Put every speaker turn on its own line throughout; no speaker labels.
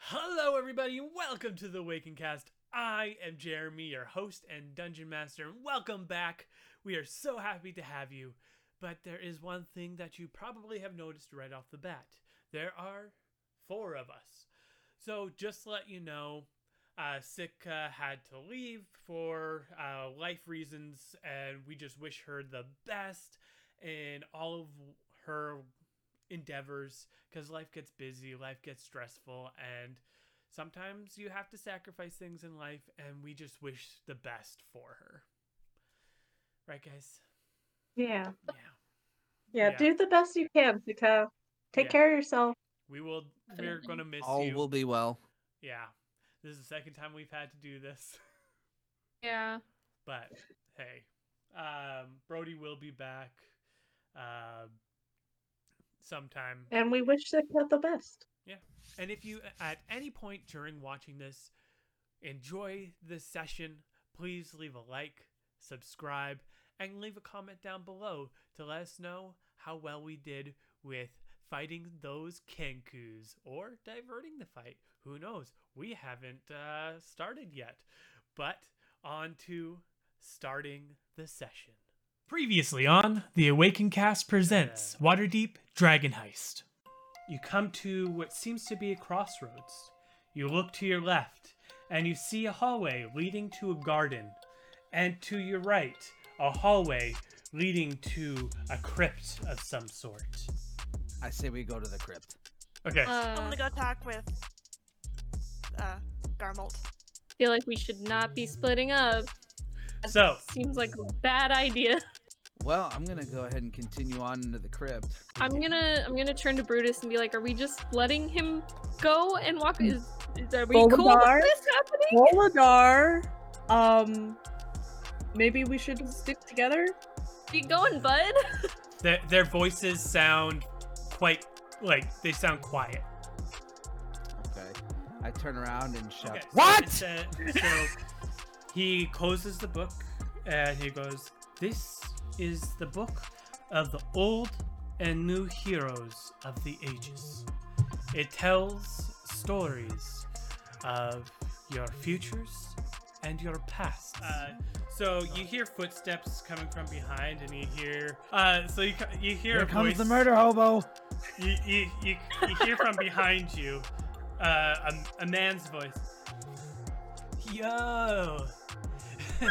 Hello, everybody, and welcome to the Waking Cast. I am Jeremy, your host and dungeon master, and welcome back. We are so happy to have you. But there is one thing that you probably have noticed right off the bat there are four of us. So, just to let you know, uh, Sitka had to leave for uh, life reasons, and we just wish her the best in all of her endeavors because life gets busy, life gets stressful, and sometimes you have to sacrifice things in life, and we just wish the best for her. Right, guys?
Yeah.
Yeah.
Yeah.
Yeah.
Do the best you can, Zuko. Take
Yeah.
care of yourself.
We will, we're
Definitely.
going to miss
All
you.
will be well.
yeah. This is the second time we've had to do this,
Yeah.
but hey, um, Brody will be back uh, sometime.
And we wish Sitka the best.
And if you at any point during watching this enjoy this session, please leave a like, subscribe, and leave a comment down below to let us know how well we did with fighting those Kenkus or diverting the fight. Who knows? We haven't uh, started yet. But on to starting the session. Previously on The Awakened Cast presents Waterdeep Dragon Heist. You come to what seems to be a crossroads. You look to your left, and you see a hallway leading to a garden, and to your right, a hallway leading to a crypt of some sort.
I say we go to the crypt.
Okay.
Uh,
I'm gonna go talk with uh Garmold.
feel like we should not be splitting up. That
So-
seems like a bad idea.
Well, I'm gonna go ahead and continue on into the crypt.
I'm gonna I'm gonna turn to Brutus and be like, are we just letting him go and walk? Is, is are we cool
Bolidar?
with this happening?
Roladar, um, maybe we should stick together.
Keep going, bud.
Their, their voices sound quite like they sound quiet.
Okay. I turn around and shout.
Okay, so
what?
it's, uh, so he closes the book and he goes, This is the book of the old and new heroes of the ages. It tells stories of your futures and your past. Uh, so you hear footsteps coming from behind, and you hear. Uh, so you, ca- you hear
Here
a
comes
voice
the murder hobo.
you, you, you, you hear from behind you uh, a, a man's voice. Yo,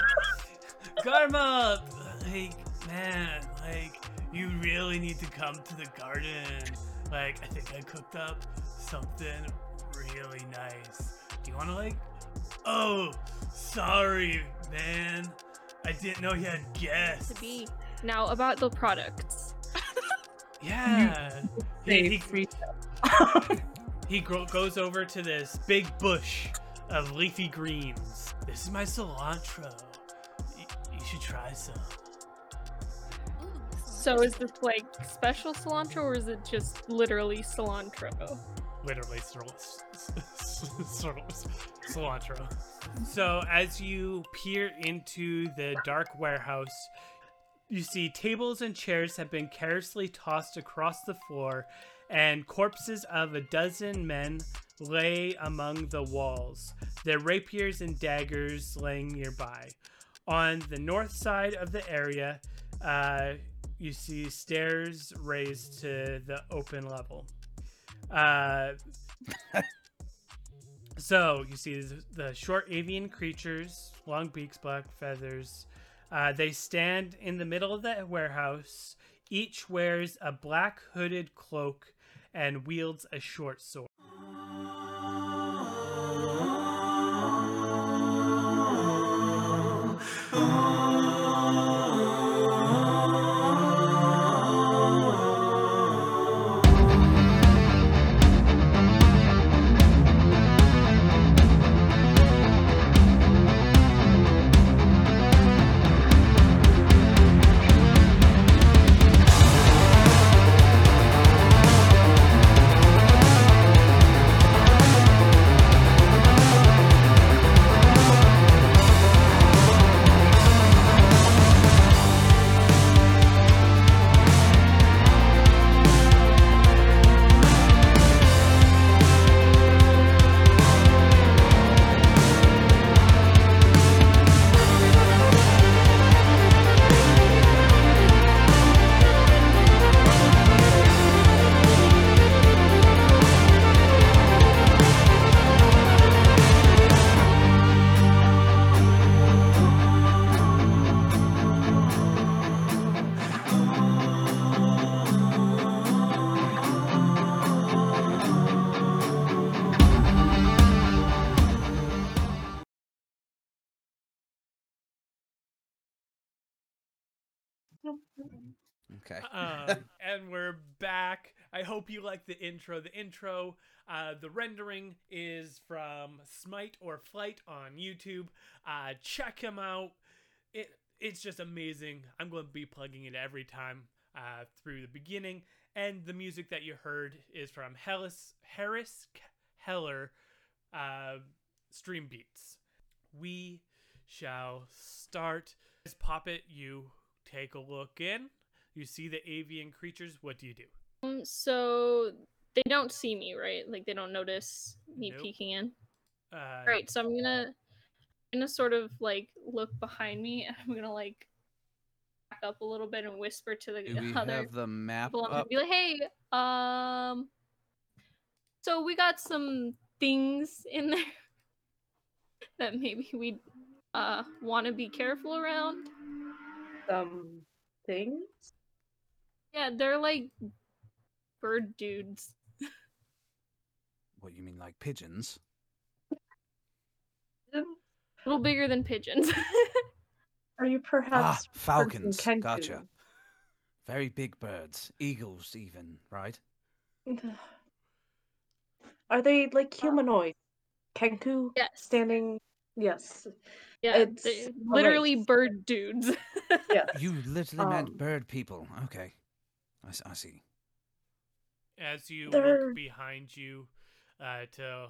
Garma, like man, like you really need to come to the garden. Like I think I cooked up something really nice. Do you want to like? Oh, sorry, man. I didn't know you had guests.
To be now about the products.
Yeah. He- he-
They free-
He gro- goes over to this big bush of leafy greens. This is my cilantro. Y- you should try some.
So is this like special cilantro or is it just literally cilantro?
Literally, cil- c- c- cil- cilantro. So, as you peer into the dark warehouse, you see tables and chairs have been carelessly tossed across the floor, and corpses of a dozen men lay among the walls, their rapiers and daggers laying nearby. On the north side of the area, uh, you see stairs raised to the open level. Uh, so you see th- the short avian creatures, long beaks, black feathers. Uh, they stand in the middle of the warehouse. Each wears a black hooded cloak and wields a short sword.
Okay.
um, and we're back. I hope you like the intro. The intro, uh, the rendering is from Smite or Flight on YouTube. Uh, check him out. It it's just amazing. I'm going to be plugging it every time uh, through the beginning. And the music that you heard is from Hellis, Harris K- Heller uh, Stream Beats. We shall start. As Poppet, you take a look in. You see the avian creatures. What do you do?
Um, so they don't see me, right? Like they don't notice me
Nope.
peeking in.
Uh,
Right. So I'm gonna, I'm gonna sort of like look behind me, and I'm gonna like back up a little bit and whisper to the
Do we
other
have the map
people and
up?
be like, "Hey, um, so we got some things in there that maybe we uh want to be careful around."
Some things.
Yeah, they're like bird dudes.
What you mean, like pigeons?
A little bigger than pigeons.
Are you
Ah,
perhaps person
falcons.
can
Gotcha. Very big birds, eagles, even. Right?
do? Are they like humanoid? Kenku
yes.
standing? Yes.
Yeah,
It's
they're
a
literally
race.
bird dudes.
Yes.
You literally
Um,
meant bird people. Okay. I, s- I see.
As you
They're-
look behind you uh, to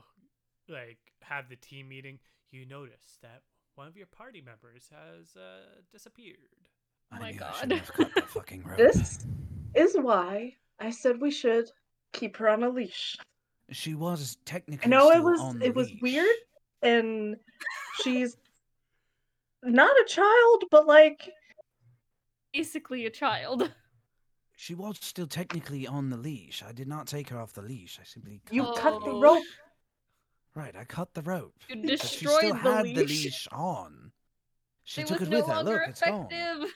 like have the team meeting, you notice that one of your party members has uh, disappeared.
I
my
knew
God.
I shouldn't have cut the fucking rope.
Oh This is why I said we should keep her on a leash.
She was technically.
know it
still
was-
on the
it was
leash.
weird, And she's not a child, but like
Basically a child.
She was still technically on the leash. I did not take her off the leash. I simply
you cut the
Oh.
rope.
Right, I cut the rope.
You
But she still
destroyed the
had
leash.
the leash on. She
it
took
was
it
no
with her.
longer
Look, it's
effective.
gone.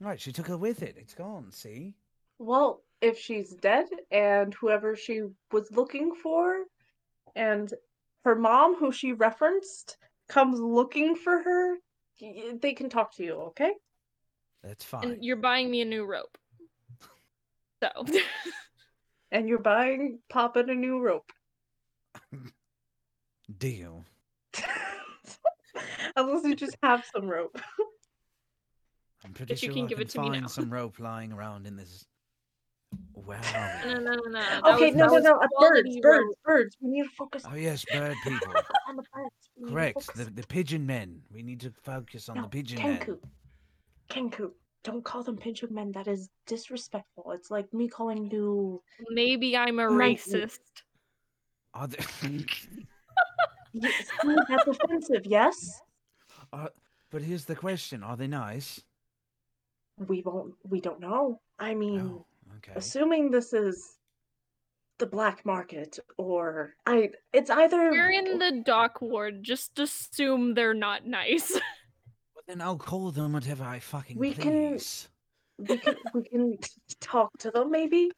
Right, she took it with it. It's gone. See?
Well, if she's dead and whoever she was looking for and her mom, who she referenced, comes looking for her, y- y- they can talk to you, okay?
That's fine.
And you're buying me a new rope. So
And you're buying Papa a new rope.
Deal.
Unless you just have some rope.
I'm pretty
If you
sure
can
I
give
can
it to me
find
now.
some rope lying around in this. Wow.
no, no, no, no. that
okay,
was-
no, no,
that was
no. uh, Birds,
quality
birds,
rope.
birds. We need to focus
oh yes, bird people.
on the birds. We need to
Correct.
focus
The the pigeon men. We need to focus on
No,
the pigeon men.
Kenku. Kenku. Don't call them pigeon men. That is disrespectful. It's like me calling you.
Maybe I'm a
Might be.
racist.
Are they...
Y- see, That's offensive, yes?
are... But here's the question: Are they nice?
We won't. We don't know. I
Mm.
mean,
Oh, okay.
assuming this is the black market, or I. It's either.
We're in the dock ward. Just assume they're not nice.
Well, then I'll call them whatever I fucking
We can-
please.
we can we can talk to them maybe.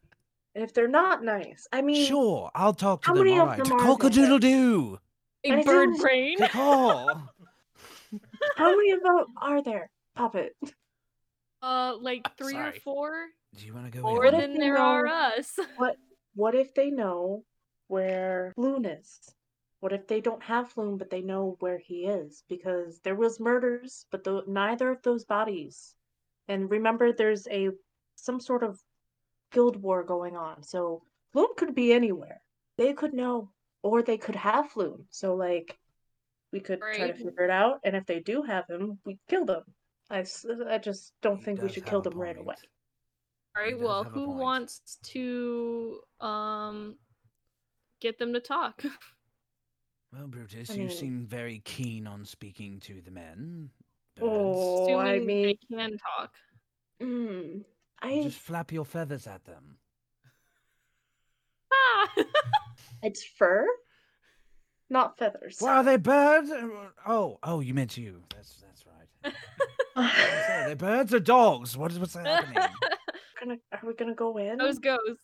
And if they're not nice, I mean,
Sure, I'll talk to
how
them.
many
All
of
right.
them are
Cock a doodle doo.
A
I
bird
don't-
brain.
Call.
how many of them are there, Puppet?
Uh, like three
Sorry.
or four
Do you want to go
more
What
in?
if
than
you
there are
know-
us.
What if they know where Floon is? What if they don't have Floon, but they know where he is? Because there was murders, but tho- neither of those bodies. And remember, there's a some sort of guild war going on, so Floon could be anywhere. They could know, or they could have Floon. So like, we could try to
Right.
figure it out. And if they do have him, we kill them. I, s- I just don't
He
think we
does
should
have
kill
a
them right
point.
away.
All
He
right.
does
Well,
have a
who
point.
wants to um get them to talk?
Well, Brutus,
I
you
mean-
seem very keen on speaking to the men. Birds.
Oh, I
Assuming
mean,
they can talk.
Mm, I
You Just flap your feathers at them.
Ah!
It's fur, not feathers.
Why are they birds? Oh, oh, you meant you. That's that's right. Are
are
they birds or dogs? What is what's happening?
gonna- are we gonna go in?
Those goes.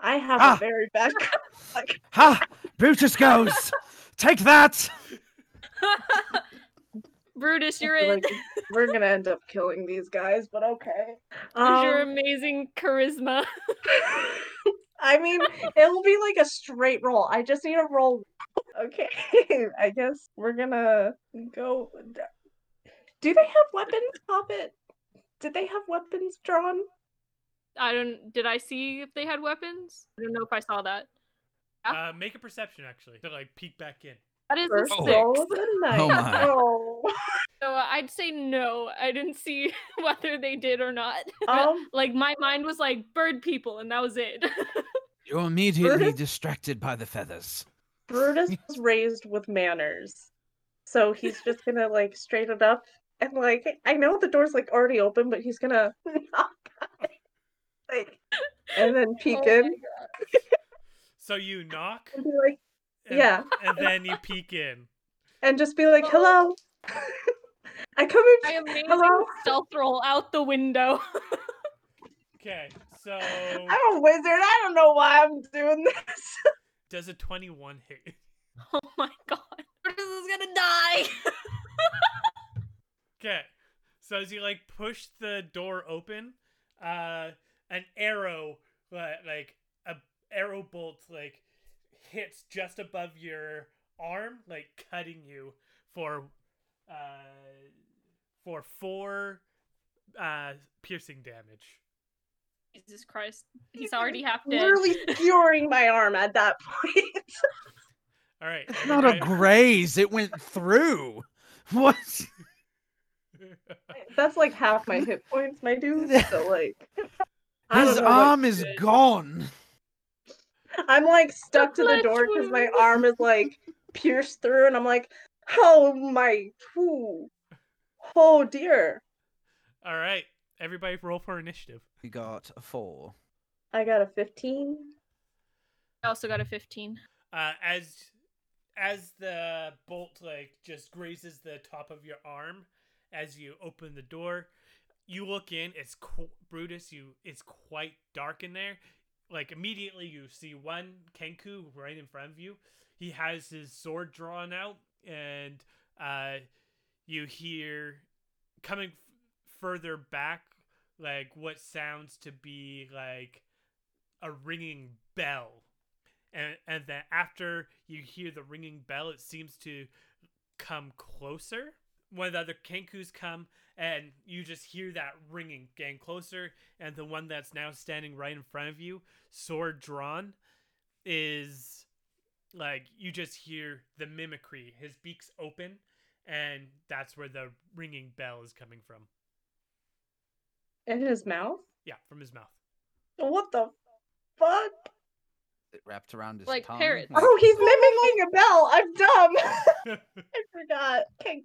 I have
Ah!
a very bad. like,
ha! Brutus goes. Take that.
Brutus, you're
We're
in.
like, we're gonna end up killing these guys, but okay.
With your
Um,
amazing charisma.
I mean, it'll be like a straight roll. I just need a roll. Okay, I guess we're gonna go. Do they have weapons, Hobbit? Did they have weapons drawn?
I don't. Did I see if they had weapons? I don't know if I saw that.
Ah.
Uh, make a perception actually to like peek back in.
That is a
First
six.
Oh.
roll of the night.
Oh my.
Oh.
So uh, I'd say no. I didn't see whether they did or not.
Um,
like my mind was like bird people, and that was it.
You're immediately
Brutus?
distracted by the feathers.
Brutus was raised with manners. So he's just gonna like straight it up and like I know the door's like already open, but he's gonna knock on it, like and then peek
Oh my
in
So you knock.
and be like
and-
Yeah.
And then you peek in.
and just be like, Hello. Oh. I come in
my amazing
Hello?
stealth roll out the window.
Okay. So
I'm a wizard, I don't know why I'm doing this.
does a twenty-one hit?
oh my god, Brutus is gonna die.
Okay. So as you like push the door open, uh, an arrow, li- like a arrow bolt, like hits just above your arm, like cutting you for, uh, for four, uh, piercing damage.
Jesus Christ, he's already half dead.
Literally curing my arm at that point.
All right.
It's not a graze. It went through. What?
That's like half my hit points, my dude. So like I don't
His
know what
arm
to
is
do.
gone.
I'm like stuck to the
Bless
door because my
you.
arm is like pierced through, and I'm like, oh my, ooh. oh dear.
All right. Everybody, roll for initiative.
We got a four.
I got a 15.
I also got a fifteen.
uh, as as the bolt like just grazes the top of your arm as you open the door you look in it's qu- brutus you it's quite dark in there like immediately you see one kenku right in front of you he has his sword drawn out and uh you hear coming f- further back like what sounds to be like a ringing bell and and then after you hear the ringing bell, it seems to come closer. One of the other kenkus come, and you just hear that ringing getting closer. And the one that's now standing right in front of you, sword drawn, is like you just hear the mimicry. His beak's open, and that's where the ringing bell is coming from.
In his mouth?
Yeah, from his mouth.
What the fuck?
It wrapped around his
Like
tongue.
parrots.
Oh, he's mimicking a bell. I'm dumb.
All
I forgot. Okay.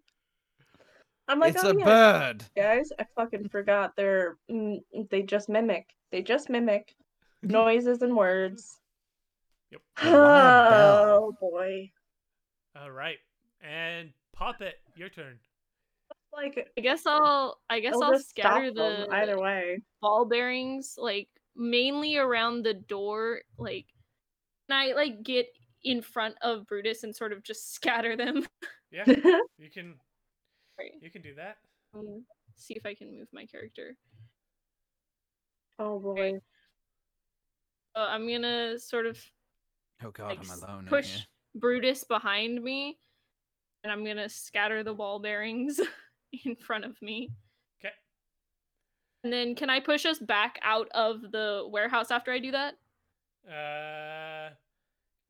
I'm like,
it's
oh,
a
yeah,
bird.
guys, I fucking forgot. They're mm, they just mimic. They just mimic noises and words.
Yep.
A wild bell.
Oh boy.
right, and pop it. Your turn.
Like
I guess I'll. I guess
They'll
I'll
just stop
scatter the
them either way.
ball bearings like mainly around the door like and i like get in front of brutus and sort of just scatter them
Yeah, you can
Sorry.
you can do that.
Um, see if i can move my character
oh boy.
uh, i'm gonna sort of
Oh god,
like
I'm
s-
alone in
push
here.
brutus behind me and i'm gonna scatter the ball bearings in front of me
Okay.
and then can i push us back out of the warehouse after i do that
Uh,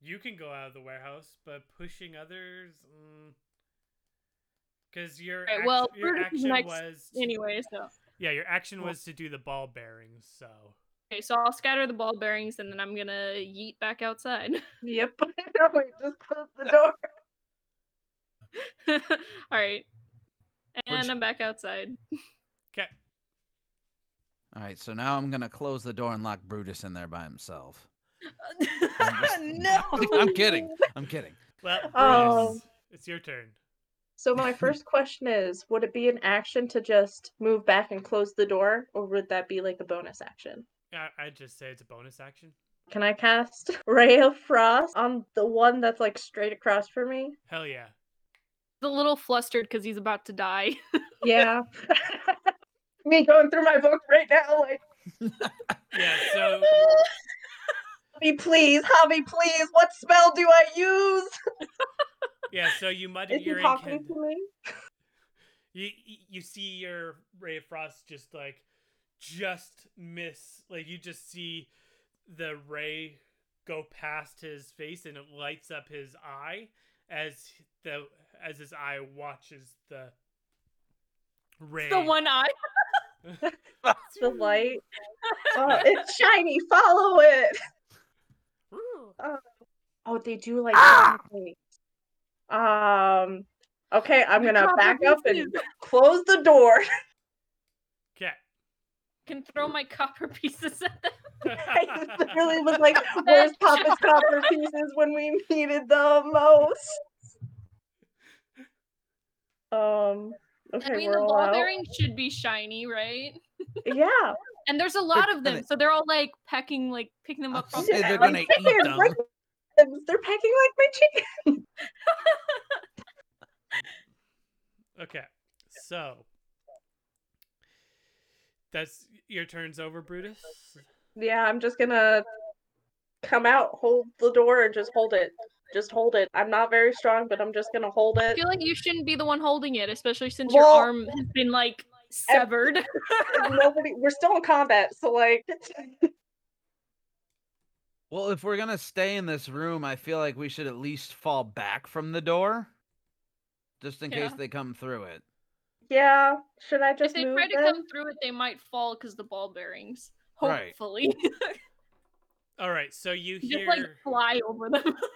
you can go out of the warehouse, but pushing others, because your
Right,
act-
well,
your
Brutus is
action
next
was
anyway so
yeah, your action was to do the ball bearings. So
Okay, so I'll scatter the ball bearings and then I'm gonna yeet back outside.
Yep. Wait, just close the door.
All right. And
Where'd you-
I'm back outside.
okay,
All right, so now I'm gonna close the door and lock Brutus in there by himself. I'm just-
no.
I'm kidding. I'm kidding.
well,
Oh.
Brutus,
Um.
it's your turn.
So my first question is, would it be an action to just move back and close the door, or would that be like a bonus action?
I I just say it's a bonus action.
Can I cast Ray of Frost on the one that's like straight across from me?
Hell yeah,
a little flustered because he's about to die.
Yeah. Me going through my book right now, like,
Yeah, so
Hobby, please, Hobby, please. What spell do I use?
yeah, so you mutter
Is he
your
talking
incantation.
to me?
You you- you see your ray of frost just like just miss like you just see the ray go past his face and it lights up his eye as the as his eye watches the ray.
the one eye.
The light. Oh, it's shiny. Follow it. Oh, they do like
Ah!
shiny things. Um. Okay, I'm
We
gonna
probably
back up and
do.
close the door.
Okay.
Can throw my copper pieces at them.
I literally was like, "Where's Papa's copper pieces when we needed them most?" Um. Okay,
I mean,
we're
the
all
ball
out.
bearing should be shiny, right?
Yeah,
And there's a lot of
gonna-
them, so they're all like pecking, like picking them
I'll
up. From
say
the
they're
ground.
gonna eat
chickens,
them.
like chickens. They're pecking like my chicken.
Okay. So that's your turns over, Brutus.
Yeah, I'm just gonna come out, hold the door, and just hold it. Just hold it. I'm not very strong, but I'm just gonna hold
I
it.
feel like you shouldn't be the one holding it, especially since
Well-
your arm has been like severed.
And Nobody, we're still in combat, so like,
Well, if we're gonna stay in this room, I feel like we should at least fall back from the door, just in case
Yeah.
they come through it.
yeah. Should I
if
just
they
move
try to
then?
come through it, they might fall because the ball bearings.
Right.
Hopefully,
All right, so you hear
just like fly over them.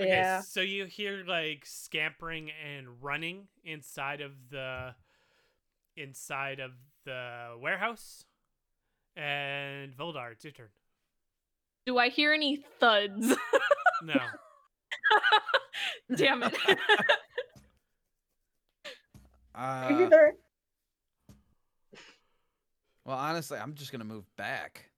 Okay,
Yeah.
so you hear like scampering and running inside of the inside of the warehouse. And Voldar, it's your turn.
Do I hear any thuds?
No.
Damn it!
Are
Uh,
you there?
well, honestly, I'm just gonna move back,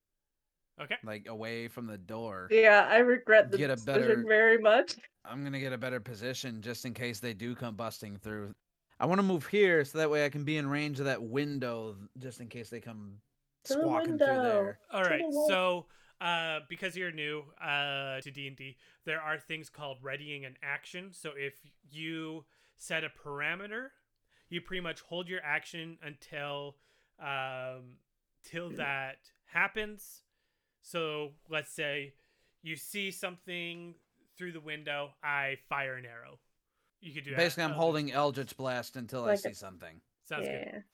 Okay.
like away from the door.
Yeah, I regret the
Get a
decision
better-
very much.
I'm gonna get a better position just in case they do come busting through. I want to move here so that way I can be in range of that window, just in case they come
To the
squawking through
window.
there.
All right.
wall.
So, uh, because you're new uh, to D and D, there are things called readying an action. So if you set a parameter, you pretty much hold your action until um, till that happens. So let's say you see something through the window, I fire an arrow. You could do that.
Basically, I'm
Uh,
holding Eldritch Blast until I
Like a-
see something
Sounds
yeah.
good.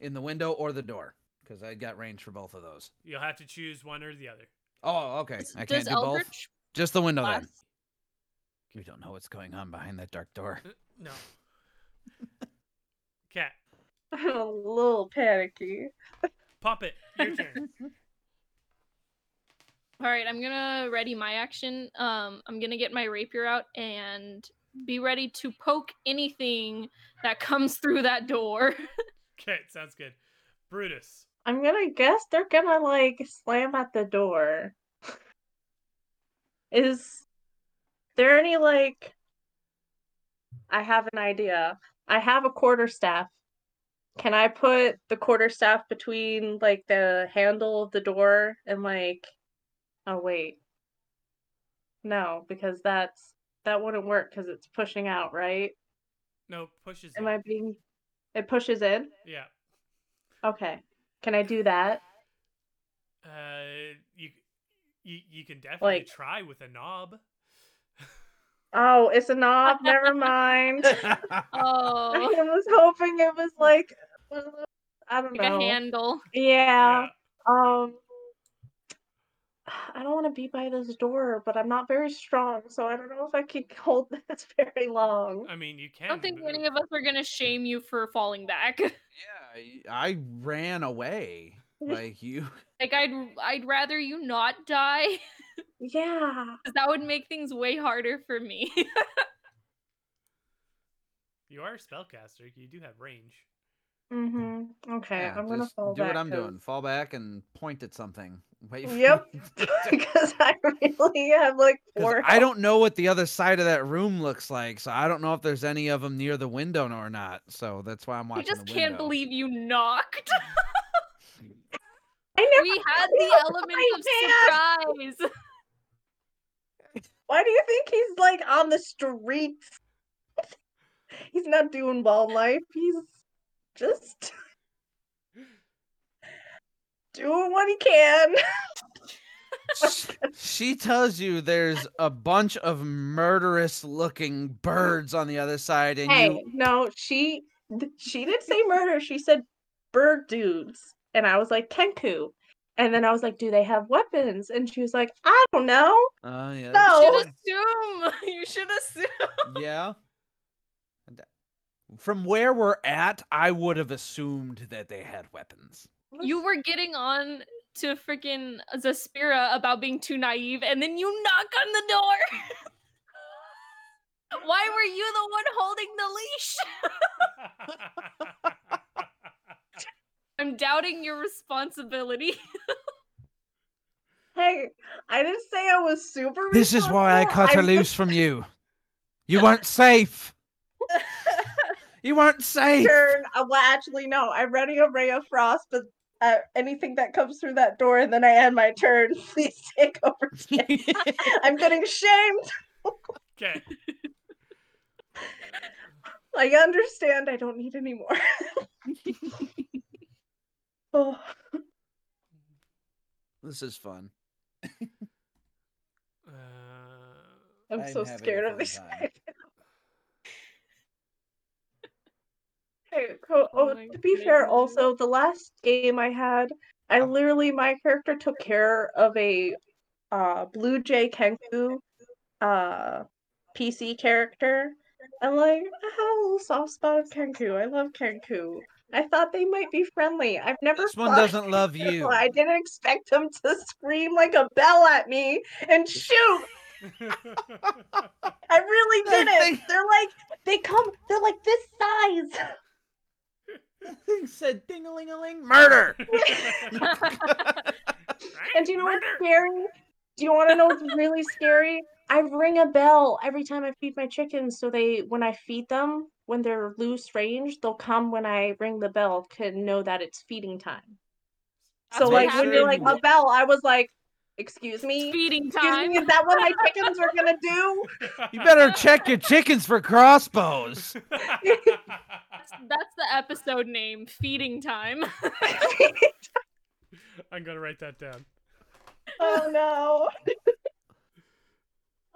in the window or the door, because I got range for both of those.
You'll have to choose one or the other.
Oh, okay. I can't
Does
do both.
Eldritch
Just the window then.
Blast-
We don't know what's going on behind that dark door.
Uh, No. Cat,
I'm a little panicky.
pop it. Your turn.
All right, I'm gonna ready my action. Um, I'm gonna get my rapier out and be ready to poke anything that comes through that door.
Okay, sounds good. Brutus.
I'm gonna guess they're gonna like slam at the door. Is there any like I have an idea. I have a quarter staff. Can I put the quarter staff between like the handle of the door and like oh wait. No, because that's that wouldn't work because it's pushing out, right?
No, pushes.
Am
in.
I being it pushes in?
Yeah.
Okay. Can I do that?
Uh, you, you, you can definitely
Like-
try with a knob.
Oh, it's a knob. Never mind. I
Oh,
was hoping it was like one of those- I don't
Mm. like
know.
a handle.
Yeah. Um. I don't want to be by this door, but I'm not very strong, so I don't know if I can hold this very long.
Uh,
I mean, you can.
I don't think
move.
any of us are gonna shame you for falling back.
Yeah, y- I ran away. Like you,
like I'd I'd rather you not die
Yeah.
'cause that would make things way harder for me.
You are a spellcaster. You do have range.
Mm-hmm. Okay,
Yeah,
I'm gonna
just
fall
do
back.
what I'm
'cause-
doing. Fall back and point at something. Wait for-
Yep, because I really have like
'Cause
four.
I don't know what the other side of that room looks like, so I don't know if there's any of them near the window or not. So that's why I'm
You
watching.
just
the
can't
window.
believe you knocked.
I never.
we had
knew
the element
I
of
had-
surprise.
Why do you think he's like on the streets? he's not doing well in life. He's just doing what he can.
Sh- she tells you there's a bunch of murderous-looking birds on the other side, and
Hey,
you.
no, she th- she didn't say murder. She said bird dudes, and I was like Kenku, and then I was like, do they have weapons? And she was like, I don't know.
Uh, yeah.
No.
You should assume.
that's
You should assume.
true. yeah. And that- From where we're at, I would have assumed that they had weapons.
You were getting on to freaking Zaspira about being too naive, and then you knock on the door. Why were you the one holding the leash? I'm doubting your responsibility.
Hey, I didn't say I was super.
This is why I
responsible,
cut her
I'm
loose from you. You weren't safe. You weren't safe.
turn. uh, Well, actually, no. I'm ready a ray of frost, but uh, anything that comes through that door, and then I end my turn. Please take over. Jen. I'm getting shamed.
Okay.
I understand. I don't need any more. oh,
This is fun.
Uh,
I'm,
I'm
so
having a
scared of
fun
this.
time.
Hey, co-
Oh
oh,
my
to be fair,
goodness. Uh-huh.
also the last game I had, I literally my character took care of a uh, Blue Jay Kenku uh, PC character, and like I have a little soft spot of Kenku. I love Kenku. I thought they might be friendly. I've never.
This one
fought
doesn't love you.
Kenku. I didn't expect them to scream like a bell at me and shoot. I really
They-
didn't.
they-
They're like they come. They're like this size.
said ding a ling a ling. Murder.
And do you know what's
Murder!
scary? Do you want to know what's really scary? I ring a bell every time I feed my chickens, so they when I feed them, when they're loose range, they'll come when I ring the bell to know that it's feeding time. So
That's
like
what
when you're like
happened.
a bell, I was like, "Excuse
It's
me,
feeding
excuse
time.
me, is that what my chickens are gonna do?"
You better check your chickens for crossbows.
That's the episode name, feeding time.
I'm gonna write that down.
oh no.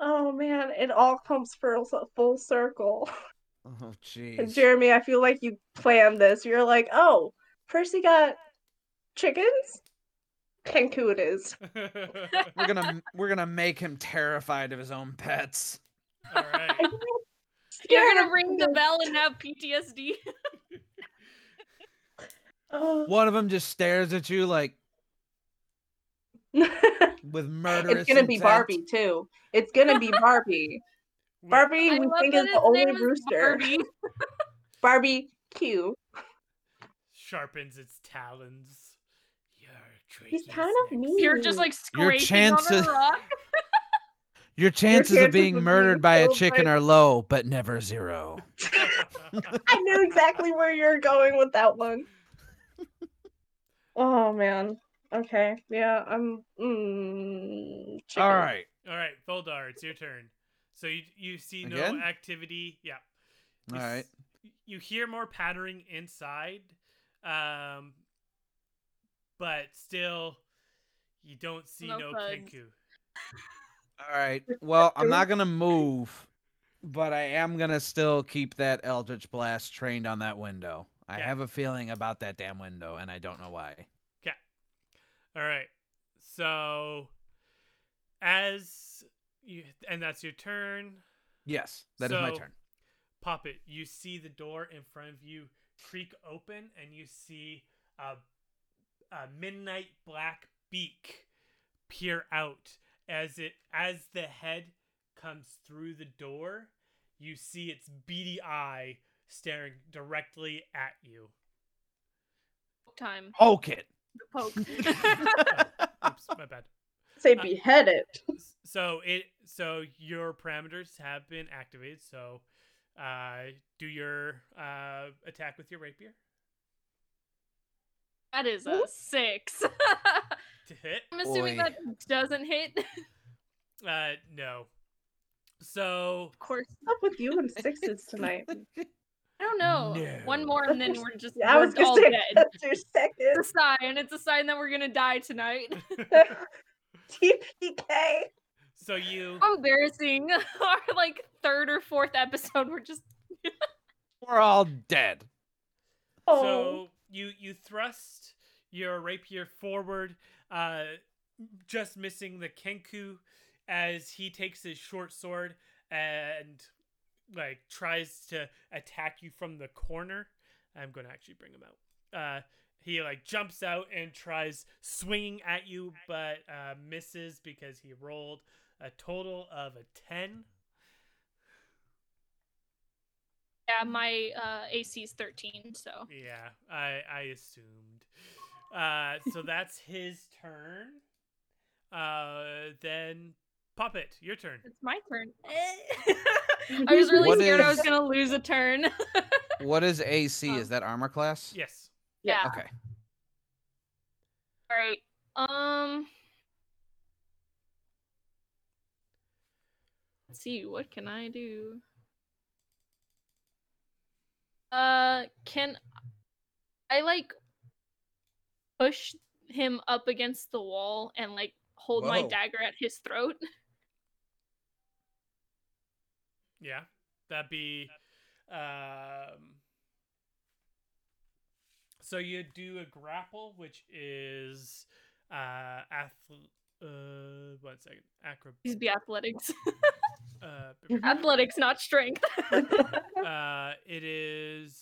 Oh man, it all comes full cir- full circle.
Oh
And
jeez.
Jeremy, I feel like you planned this. You're like, oh, first he got chickens, Kenku it is.
We're gonna we're gonna make him terrified of his own pets.
All right.
You're
Scared
gonna
of
ring the
chickens.
bell and have PTSD.
Oh.
One of them just stares at you like with murderous.
it's gonna be
intent.
Barbie too. It's gonna be Barbie. Barbie,
I
we
love
think
that
is the
his
only
name is
rooster.
Barbie.
Barbie Q.
Sharpens its talons. You're
He's
tricky
kind of
snake.
mean.
You're just like
Your
scraping
chances-
on a rock.
Your chances
chances
of being
of being
murdered by a
killed by-
chicken are low, but never zero.
I knew exactly where you're going with that one. oh man. Okay. Yeah. I'm. Mm, chicken.
All right.
All right, Voldar, it's your turn. So you you see no
Again?
activity. Yeah. You
All right.
s- You hear more pattering inside, um, but still, you don't see
No
no,
thuds.
Kenku.
All right. Well, I'm not gonna move, but I am gonna still keep that Eldritch Blast trained on that window. I
Yeah.
have a feeling about that damn window, and I don't know why.
All right. So, as you and that's your turn.
Yes, that is my
So-
turn.
Pop it. You see the door in front of you creak open, and you see a, a midnight black beak peer out as it as the head comes through the door. You see its beady eye staring directly at you.
time.
Poke it.
The poke.
Oh, Oops, my bad.
Say
Uh,
behead it.
S- So it so your parameters have been activated. So uh do your uh attack with your rapier
that is a six.
to hit.
I'm assuming
Boy.
that doesn't hit.
Uh no. So
of course.
What's up with you and sixes tonight?
I don't know. One
No.
more and then we're just
I was
we're all
gonna say
dead.
that's your second
It's a sign. It's a sign that we're gonna die tonight.
TPK.
so you
How embarrassing. Our like third or fourth episode, we're just
We're all dead.
Oh,
So you you thrust your rapier forward, uh, just missing the Kenku as he takes his short sword and like tries to attack you from the corner. I'm going to actually bring him out. Uh, he like jumps out and tries swinging at you, but uh, misses because he rolled a total of a ten.
yeah. My uh, AC is 13, so
Yeah, I I assumed. Uh, so that's his turn. Uh, then puppet, your turn.
it's my turn.
Eh.
I was really
What
scared I was
is-
gonna lose a turn.
What is AC? Is
Um,
that armor class?
Yes.
yeah.
Okay.
All right. Um. Let's see. What can I do? Uh, can I like push him up against the wall and like hold my
Whoa.
dagger at his throat?
Yeah. That'd be. Um. So you do a grapple, which is uh ath. Uh, one second. Acro.
These be athletics.
Uh,
athletics, not strength.
uh, it is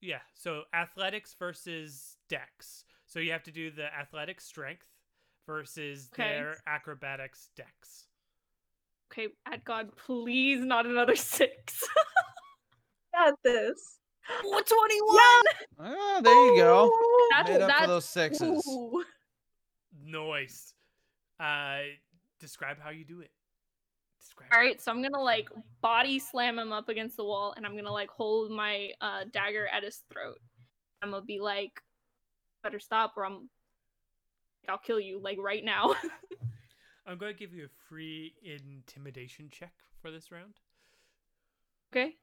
yeah. So athletics versus dex. So you have to do the athletic strength versus
Okay.
their acrobatics dex.
okay, at God, please, not another six.
got this.
Ooh, 21.
Ah, there you go.
Oh,
That's-
Made up for
that's-
those sixes.
Ooh.
Nice. Uh, describe how you do it. Describe.
All right, so I'm gonna like body slam him up against the wall, and I'm gonna like hold my uh, dagger at his throat. I'm gonna be like, "Better stop, or I'm, I'll kill you like right now."
I'm going to give you a free intimidation check for this round.
okay.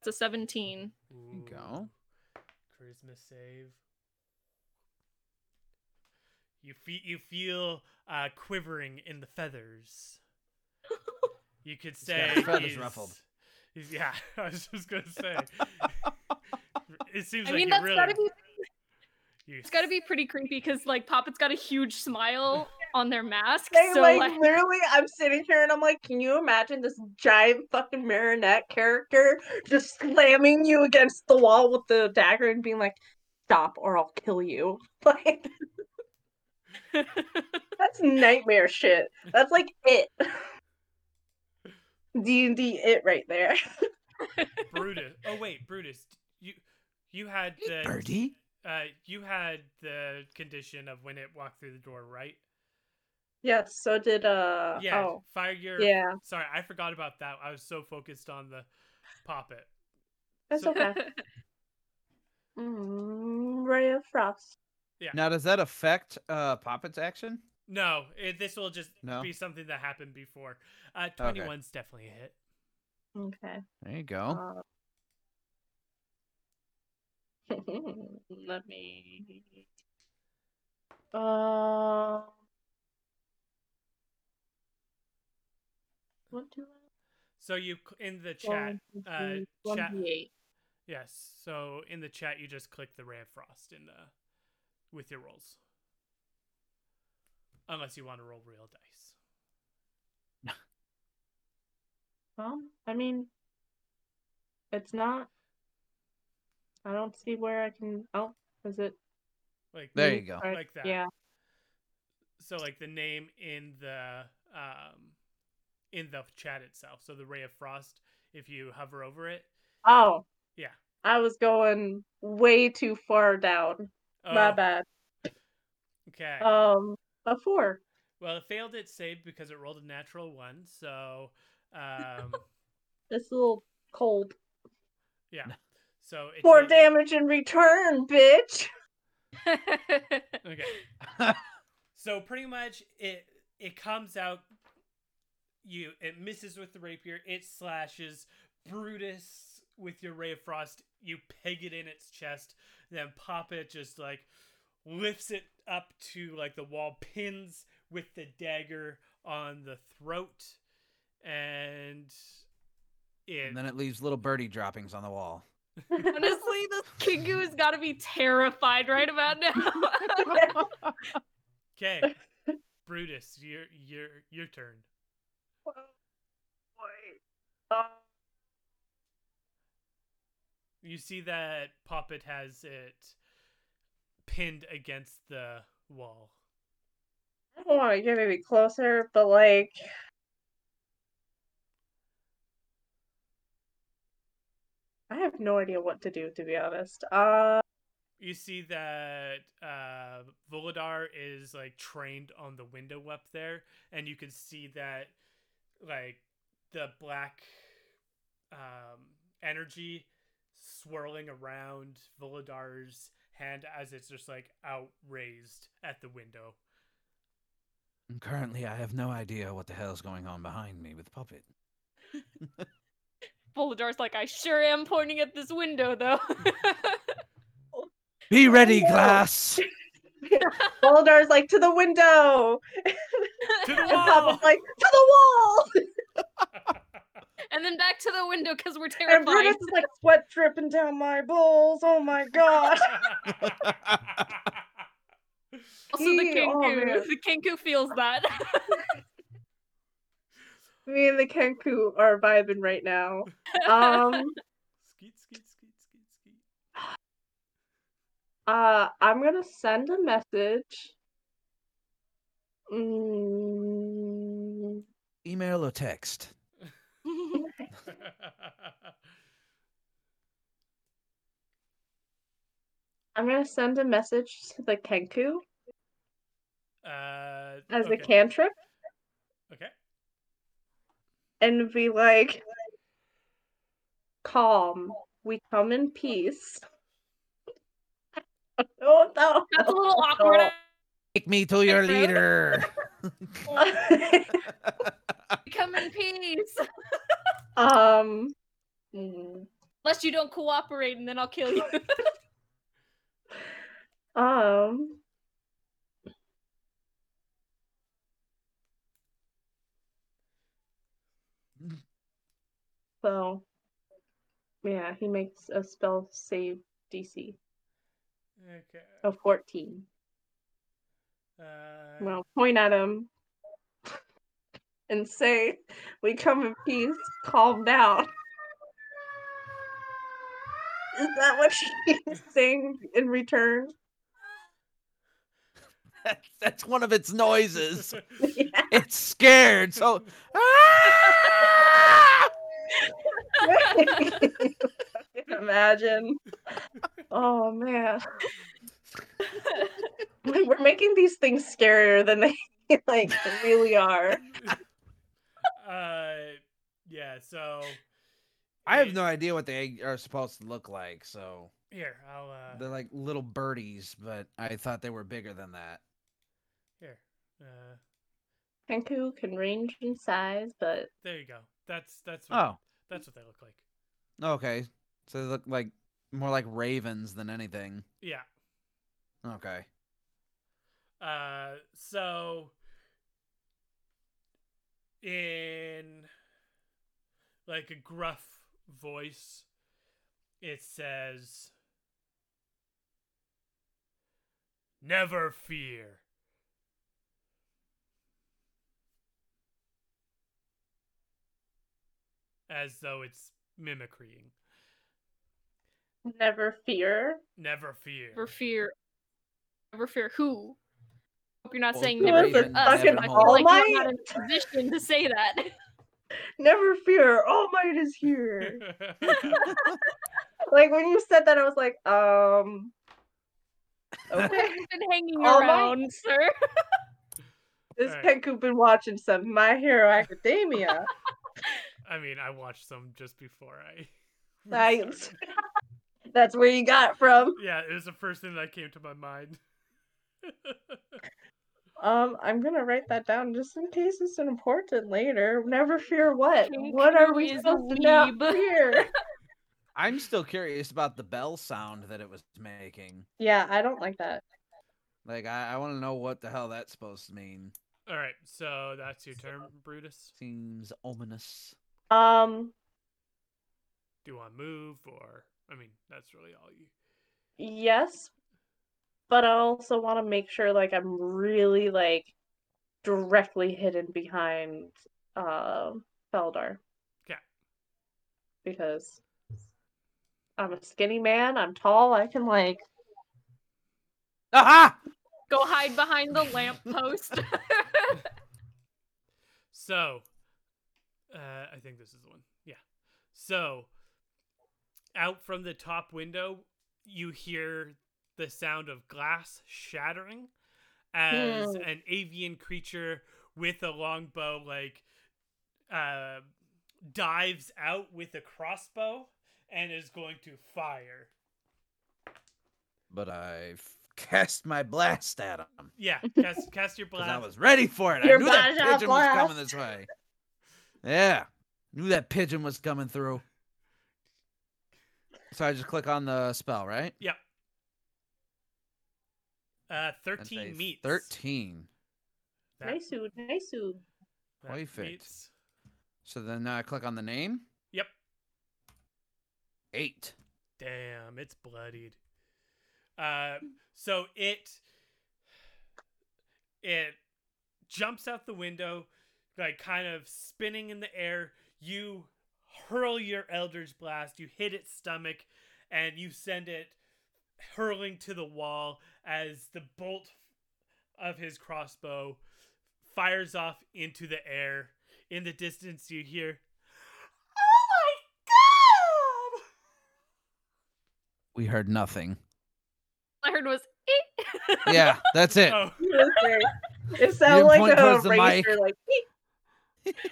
It's a 17.
Ooh.
go.
Charisma save. You fe- you feel uh, quivering in the feathers. You could
got his
say
feathers
he's-
ruffled.
he's- yeah, I was just gonna say. it seems
I
like
mean,
you
that's
really.
gotta be
you
it's gotta be pretty creepy because like Poppet's got a huge smile on their mask,
They,
so
like,
like
literally, I'm sitting here and I'm like, can you imagine this giant fucking marionette character just slamming you against the wall with the dagger and being like, stop or I'll kill you? Like, that's nightmare shit. That's like it. D and D it right there.
Brutus. Oh wait, Brutus. You you had the
Birdie?
Uh, you had the condition of when it walked through the door, right?
Yes. So did uh.
yeah.
Oh.
Fire your
Yeah.
Sorry, I forgot about that. I was so focused on the poppet.
That's
So-
okay. Mm, Ray of Frost.
Now, does that affect uh, Poppet's action?
No, it, this will just
No?
be something that happened before. Uh,
Okay.
21's definitely a hit.
Okay.
There you go.
Uh, let me. Uh, what do I?
So you c- in the chat, uh, chat-
Twenty-eight.
yes. So in the chat, you just click the ray of frost in the with your rolls, unless you want to roll real dice.
Well, I mean, it's not. I don't see where I can. Oh, is it?
Like
There
me?
you go.
Or-
like that.
Yeah.
So like the name in the um in the chat itself. So the ray of frost. If you hover over it,
Oh.
Yeah,
I was going way too far down. My
Oh,
bad.
Okay.
Um, a four.
Well, it failed its save because it rolled a natural one. So, um,
It's a little cold.
yeah. So it
Four
takes-
damage in return, bitch.
Okay.
Uh,
So pretty much it it comes out you it misses with the rapier, it slashes Brutus with your ray of frost, you peg it in its chest, then pop it just like lifts it up to like the wall, pins with the dagger on the throat, and it
And then it leaves little birdie droppings on the wall.
Honestly, this Kingu has got to be terrified right about now.
Okay. Brutus, your your your turn.
Oh, boy. Uh,
You see that Poppet has it pinned against the wall.
I don't want to get any closer, but like. I have no idea what to do, to be honest. Uh,
You see that uh, Volodar is like trained on the window up there, and you can see that like the black um, energy swirling around Volodar's hand as it's just like out raised at the window.
And currently, I have no idea what the hell's going on behind me with Puppet.
Volodar's like, I sure am pointing at this window, though.
Be ready,
no.
class.
Baldur's like to the window,
To the
and Papa's
wall!
like to the wall,
and then back to the window because we're
and
terrified.
Brutus is like sweat dripping down my balls. Oh my god!
also, the
Ew, oh,
Kingu,
man.
the Kingu feels that.
Me and the Kenku are vibing right now. Um.
skeet, skeet, skeet, skeet, skeet.
Uh, I'm gonna send a message. Mm,
Email or text.
I'm gonna send a message to the Kenku
uh,
as
okay.
a cantrip
Okay.
and be like, "Calm, we come in peace." Oh no!
That's a little awkward.
Oh.
Take me to your
Okay.
leader.
Come in peace.
um, mm,
Unless you don't cooperate, and then I'll kill you.
um. So, yeah, he makes a spell save DC
Okay.
of 14.
Uh,
Well, point at him and say, We come in peace, calm down. Is that what she's saying in return?
That's- That's one of its noises.
Yeah.
It's scared. So. Ah!
Imagine. Oh man. Like, We're making these things scarier than they like really are.
uh, yeah. So
I have
it-
no idea what they are supposed to look like. So
Here, I'll. Uh,
they're like little birdies, but I thought they were bigger than that.
here. Uh,
Kenku can range in size, but
there you go. That's that's what,
Oh,
that's what they look like.
okay. So they look like more like ravens than anything.
Yeah.
Okay.
Uh, so in like a gruff voice, it says, "Never fear." As though it's mimicrying.
never fear.
Never fear.
Never fear. Never fear who? Hope you're not
Well,
saying
the
never
reason
fear us.
never
I feel
hold.
like you're not in a position to say that.
Never fear, all might is here. like when you said that, I was like, um, okay.
I've been hanging
All right.
around, sir.
this
Alright.
Penku been watching some My Hero Academia.
I mean, I watched some just before I. we
Nice.
started.
That's where you got it from.
Yeah, it was the first thing that came to my mind.
Um, I'm gonna write that down just in case it's important later. Never fear what.
Penku
What are we
is a
supposed to not
weeb.
fear?
I'm still curious about the bell sound that it was making.
yeah, I don't like that.
Like, I, I want to know what the hell that's supposed to mean.
All right, so that's your turn, Brutus.
Seems ominous.
Um,
Do you want to move or? I mean, that's really all you.
yes, but I also want to make sure like I'm really like directly hidden behind uh Feldar.
Okay.
Because I'm a skinny man, I'm tall, I can like
Aha!
Go hide behind the lamppost.
So, uh, I think this is the one. Yeah. So, out from the top window, you hear the sound of glass shattering as
Hmm.
an avian creature with a longbow, like, uh, dives out with a crossbow and is going to fire.
But I f- cast my blast at him.
Yeah, cast, cast your
Because
blast.
I was ready for it. I
Your
knew that
blast, your
pigeon was coming
blast.
this way. Yeah. Knew that pigeon was coming through. So I just click on the spell, right?
uh,
That's a
13 meets.
13.
That-
nice you, nice you.
that
Perfect.
meets.
So then I click on the name.
Yep.
Eight.
Damn, it's bloodied. Uh, so it it jumps out the window, like kind of spinning in the air. You hurl your Eldritch Blast. You hit its stomach, and you send it hurling to the wall as the bolt of his crossbow fires off into the air. In the distance, you hear, "Oh my god!"
We heard nothing.
I heard was "Eh."
Yeah, that's it.
Oh,
It sounds like
point
a
towards the mic.
racer, like "Eek."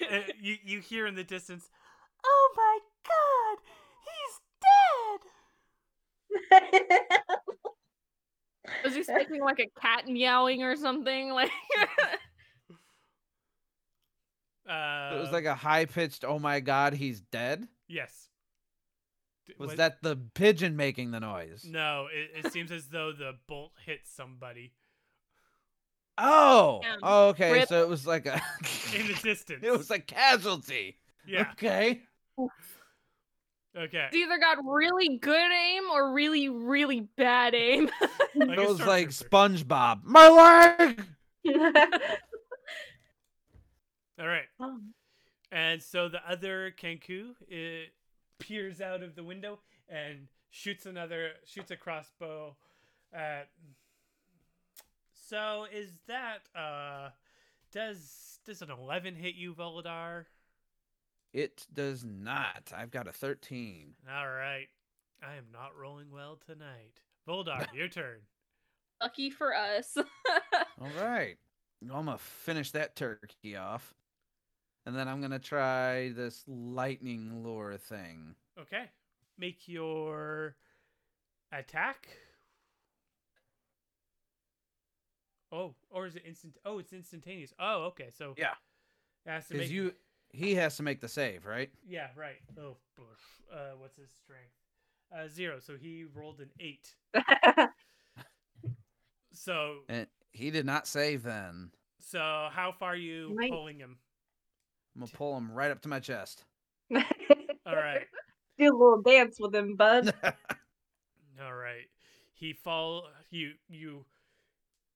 uh, you you hear in the distance, "Oh my god, he's dead!"
I was expecting like a cat meowing or something. Like
Uh,
it was like a high pitched, oh my god, he's dead.
yes. D-
Was
what-
that the pigeon making the noise?
No, it, it seems as though the bolt hit somebody
Oh,
Um,
oh, okay.
rip.
So it was like a.
in the distance.
it was a casualty.
yeah.
Okay.
Okay.
it's either got really good aim or really, really bad aim.
Like a
it was like
stormtrooper.
SpongeBob. My leg.
All right.
Oh.
And so the other Kenku it peers out of the window and shoots another shoots a crossbow. Uh, so is that uh does does an eleven hit you, Voladar?
It does not. I've got a thirteen.
All right, I am not rolling well tonight. Voladar, your turn.
Lucky for us.
All right. I'm gonna finish that turkey off, and then I'm gonna try this lightning lure thing.
Okay, make your attack. Oh, or is it instant? Oh, it's instantaneous. Oh, okay. So
Yeah.
it has to
Because
make
you, he has to make the save, right?
Yeah, right. Oh, boosh. uh, what's his strength? Uh, zero. So he rolled an eight. So,
And he did not save then.
so how far are you
Right.
pulling him?
I'm gonna pull him right up to my chest.
All right,
Do a little dance with him, bud.
all right. He fall. You you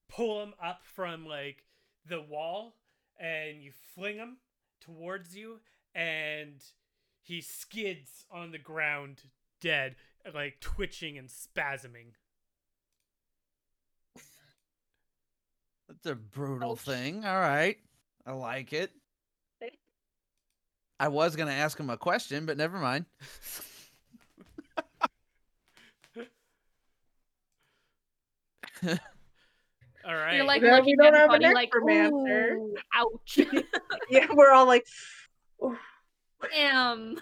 pull him up from like the wall, and you fling him towards you, and he skids on the ground, dead, like twitching and spasming.
That's a brutal
Oh,
Ouch.
thing. All right. I like it. I was going to ask him a question, but never mind.
All right.
You're like
Well,
looking
we don't
at
have
the
an
body like,
necromancer.
"Ooh, ouch,
yeah, we're all like,
damn.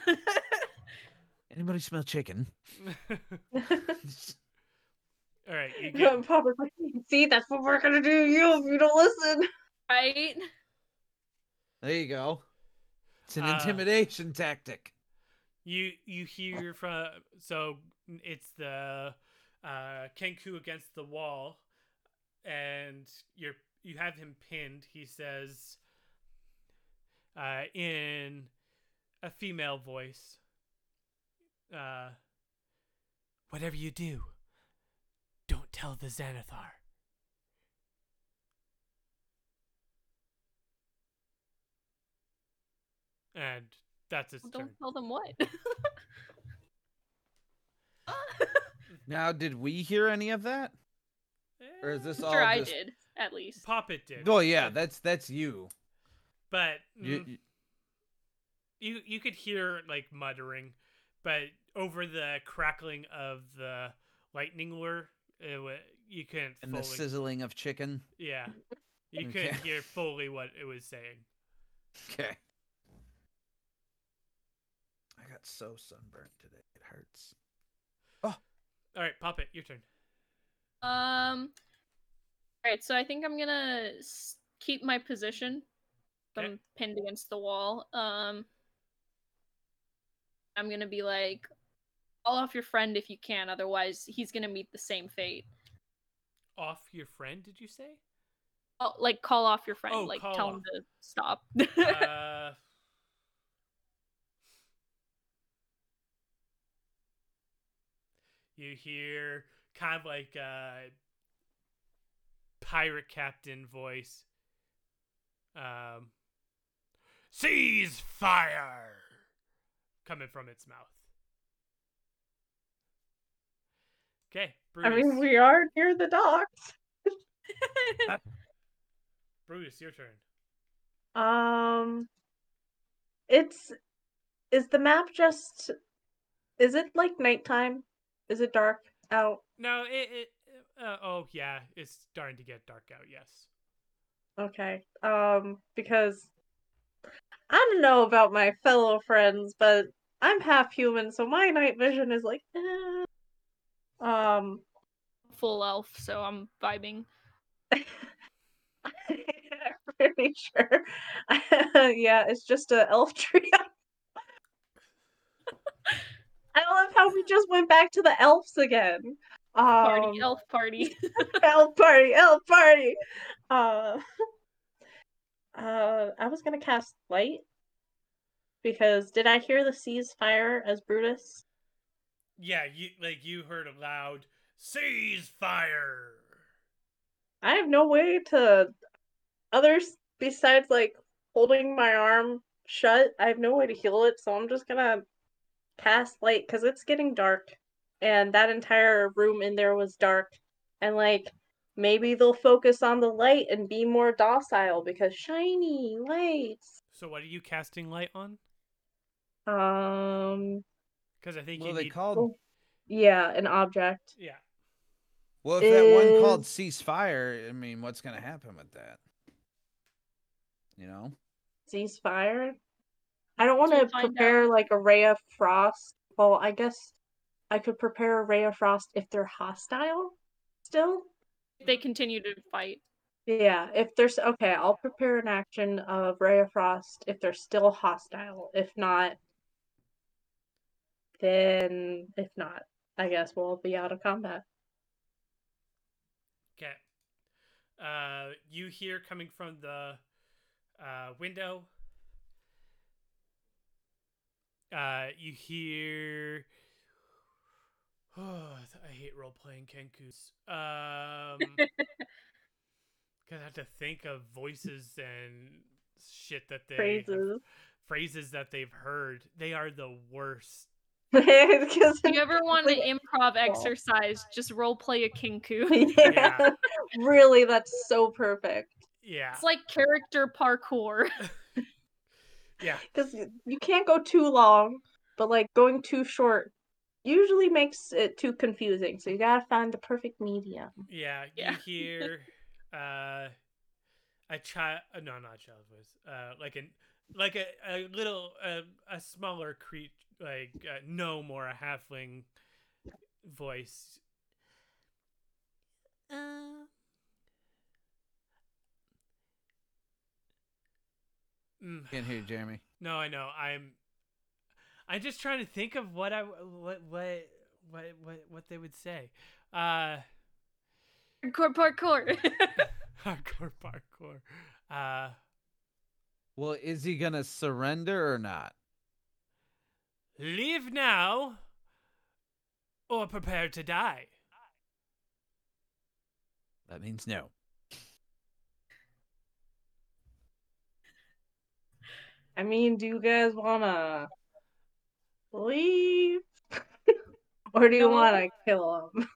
Anybody smell chicken?
All right. You get
Papa's like, see, that's what we're gonna do to you if you don't listen.
right?
There you go. It's an
Uh,
intimidation tactic.
You you hear from so it's the uh Kenku against the wall and you're you have him pinned. He says uh in a female voice uh whatever you do don't tell the Xanathar. And that's his
Well,
turn.
don't tell them what.
Now, did we hear any of that? Or is
Eh.
this all
sure, I
just-
did at least.
Poppet did.
Well, yeah,
but-
that's that's you.
But
You-
mm,
you-
you you could hear like muttering, but over the crackling of the lightning lure, it wa- you couldn't
and
fully.
the sizzling of chicken.
yeah, you
Okay.
couldn't hear fully what it was saying.
Okay. I got so sunburnt today. It hurts.
All right, Poppet, your turn.
Um. All right, so I think I'm gonna s- keep my position.
Okay.
I'm pinned against the wall. Um. I'm gonna be like, call off your friend if you can. Otherwise, he's gonna meet the same fate.
Off your friend, did you say?
Oh, like call off your friend.
Oh,
like
call
tell
off.
him to stop.
uh, you hear kind of like a pirate captain voice. Um, seize fire coming from its mouth. Okay,
I
Brutus.
mean, we are near the docks.
Brutus, your turn.
Um, it's is the map just? Is it like nighttime? Is it dark out?
No, it. it uh, oh yeah, it's starting to get dark out. Yes.
Okay. Um, because I don't know about my fellow friends, but I'm half human, so my night vision is like, eh. um,
Full elf, so I'm vibing.
pretty sure. yeah, it's just a elf trio. I love how we just went back to the elves again. Um,
Party elf party.
elf party, elf party. Uh, uh, I was gonna cast light because did I hear the seas fire as Brutus?
Yeah, you like you heard a loud ceasefire.
I have no way to others besides like holding my arm shut. I have no way to heal it, so I'm just gonna cast light because it's getting dark, and that entire room in there was dark, and like. Maybe they'll focus on the light and be more docile because shiny lights.
So what are you casting light on?
Um.
Because I think
Well,
you
they
need.
called.
Oh. Yeah, an object.
yeah.
Well, if that one called
is-
ceasefire, I mean, what's going to happen with that? You know,
Ceasefire. I don't want to
To find
prepare
out.
like a ray of frost. Well, I guess I could prepare a ray of frost if they're hostile. Still.
they continue to fight.
Yeah. If there's okay, I'll prepare an action of ray of frost if they're still hostile. If not, then if not, I guess we'll be out of combat.
Okay. Uh, you hear coming from the uh, window. Uh, you hear. Oh, I hate role playing Kenkus. Um, gonna have to think of voices and shit that they have-
Phrases.
phrases that they've heard. They are the worst.
'Cause-
If you ever want an
Like-
improv exercise, just role play a kinku.
yeah. really, that's so perfect.
Yeah.
It's like character parkour.
Yeah.
Because you can't go too long, but like going too short usually makes it too confusing. So you gotta find the perfect medium.
Yeah,
Yeah.
you hear uh, a child. uh, No, not a child voice. Uh, like an like a, a little a, a smaller creature, like a gnome or a halfling voice. Uh, mm,
Can't hear you, Jeremy.
no, I know. I'm. I'm just trying to think of what I what what what what, what they would say. Uh,
Hardcore parkour.
hardcore parkour. Uh,
Well, is he gonna surrender or not?
leave now, or prepare to die.
That means no.
I mean, do you guys wanna leave? or do you
No.
wanna kill him?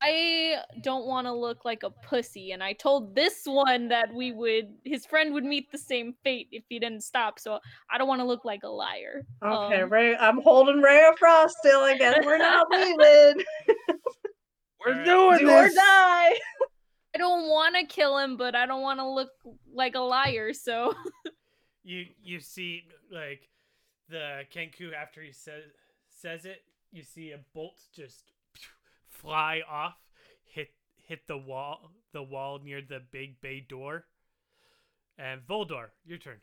I don't want to look like a pussy, and I told this one that we would, his friend would meet the same fate if he didn't stop. So I don't want to look like a liar.
Okay,
Um,
Ray I'm holding Ray of Frost still, I guess. We're not leaving.
We're
Alright.
doing
do or
this.
die.
I don't want to kill him, but I don't want to look like a liar. So
You you see like the Kenku after he says says it. You see a bolt just fly off, hit hit the wall the wall near the big bay door. And Voldor, your turn.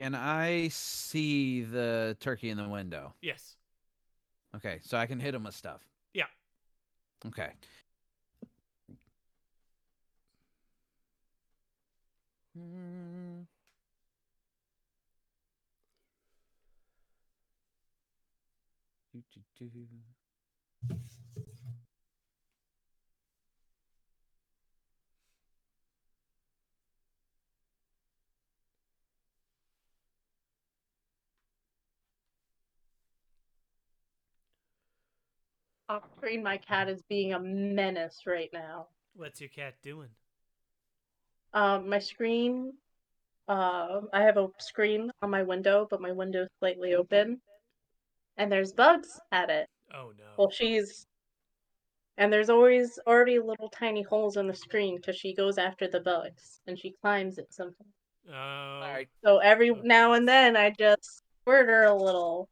Can I see the turkey in the window?
Yes.
Okay, so I can hit him with stuff.
Yeah.
Okay. Mm. Doo, doo, doo.
I'll train my cat as being a menace right now.
What's your cat doing?
Um, my screen, uh, I have a screen on my window, but my window's slightly
Mm-hmm.
open, and there's bugs at it.
Oh no.
Well, she's, and there's always already little tiny holes in the screen because she goes after the bugs and she climbs it sometimes.
Oh.
Alright.
So
Oh.
every
Okay.
now and then, I just squirt her a little.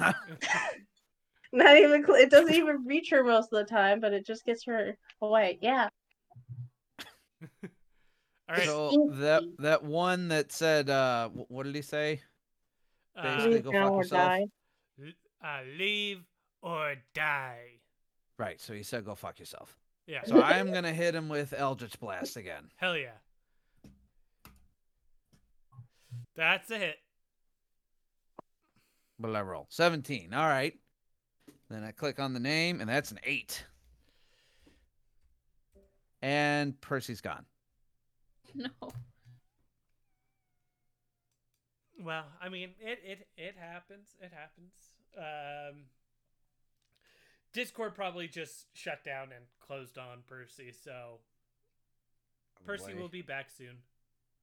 Not even cl- it doesn't even reach her most of the time, but it just gets her away. Yeah,
All right.
So that that one that said, uh, wh- what did he say?
Uh,
Basically,
leave
go
now
fuck
or
yourself.
die.
uh, leave or die.
Right. So he said, go fuck yourself.
Yeah.
So I am gonna hit him with Eldritch Blast again.
Hell yeah. That's a hit.
What did I roll? Seventeen. All right. Then I click on the name, and that's an eight. And Percy's gone.
no.
Well, I mean, it it it happens. It happens. Um, Discord probably just shut down and closed on Percy, so Oh, Percy will be back soon.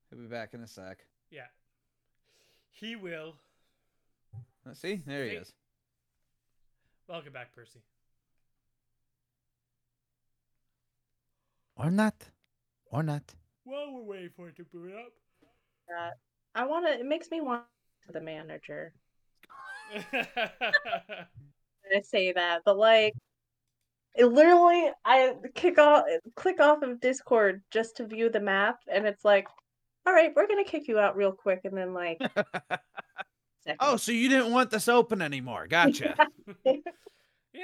He'll be back in a sec.
Yeah, he will.
Let's see. There he
See?
is.
Welcome back, Percy.
Or not. Or not.
Well, we're waiting for it to boot up.
I want to. It makes me want to the manager. I say that, but like, it literally, I kick off, click off of Discord just to view the map, and it's like, all right, we're gonna kick you out real quick, and then like, seconds.
oh, so you didn't want this open anymore? Gotcha.
you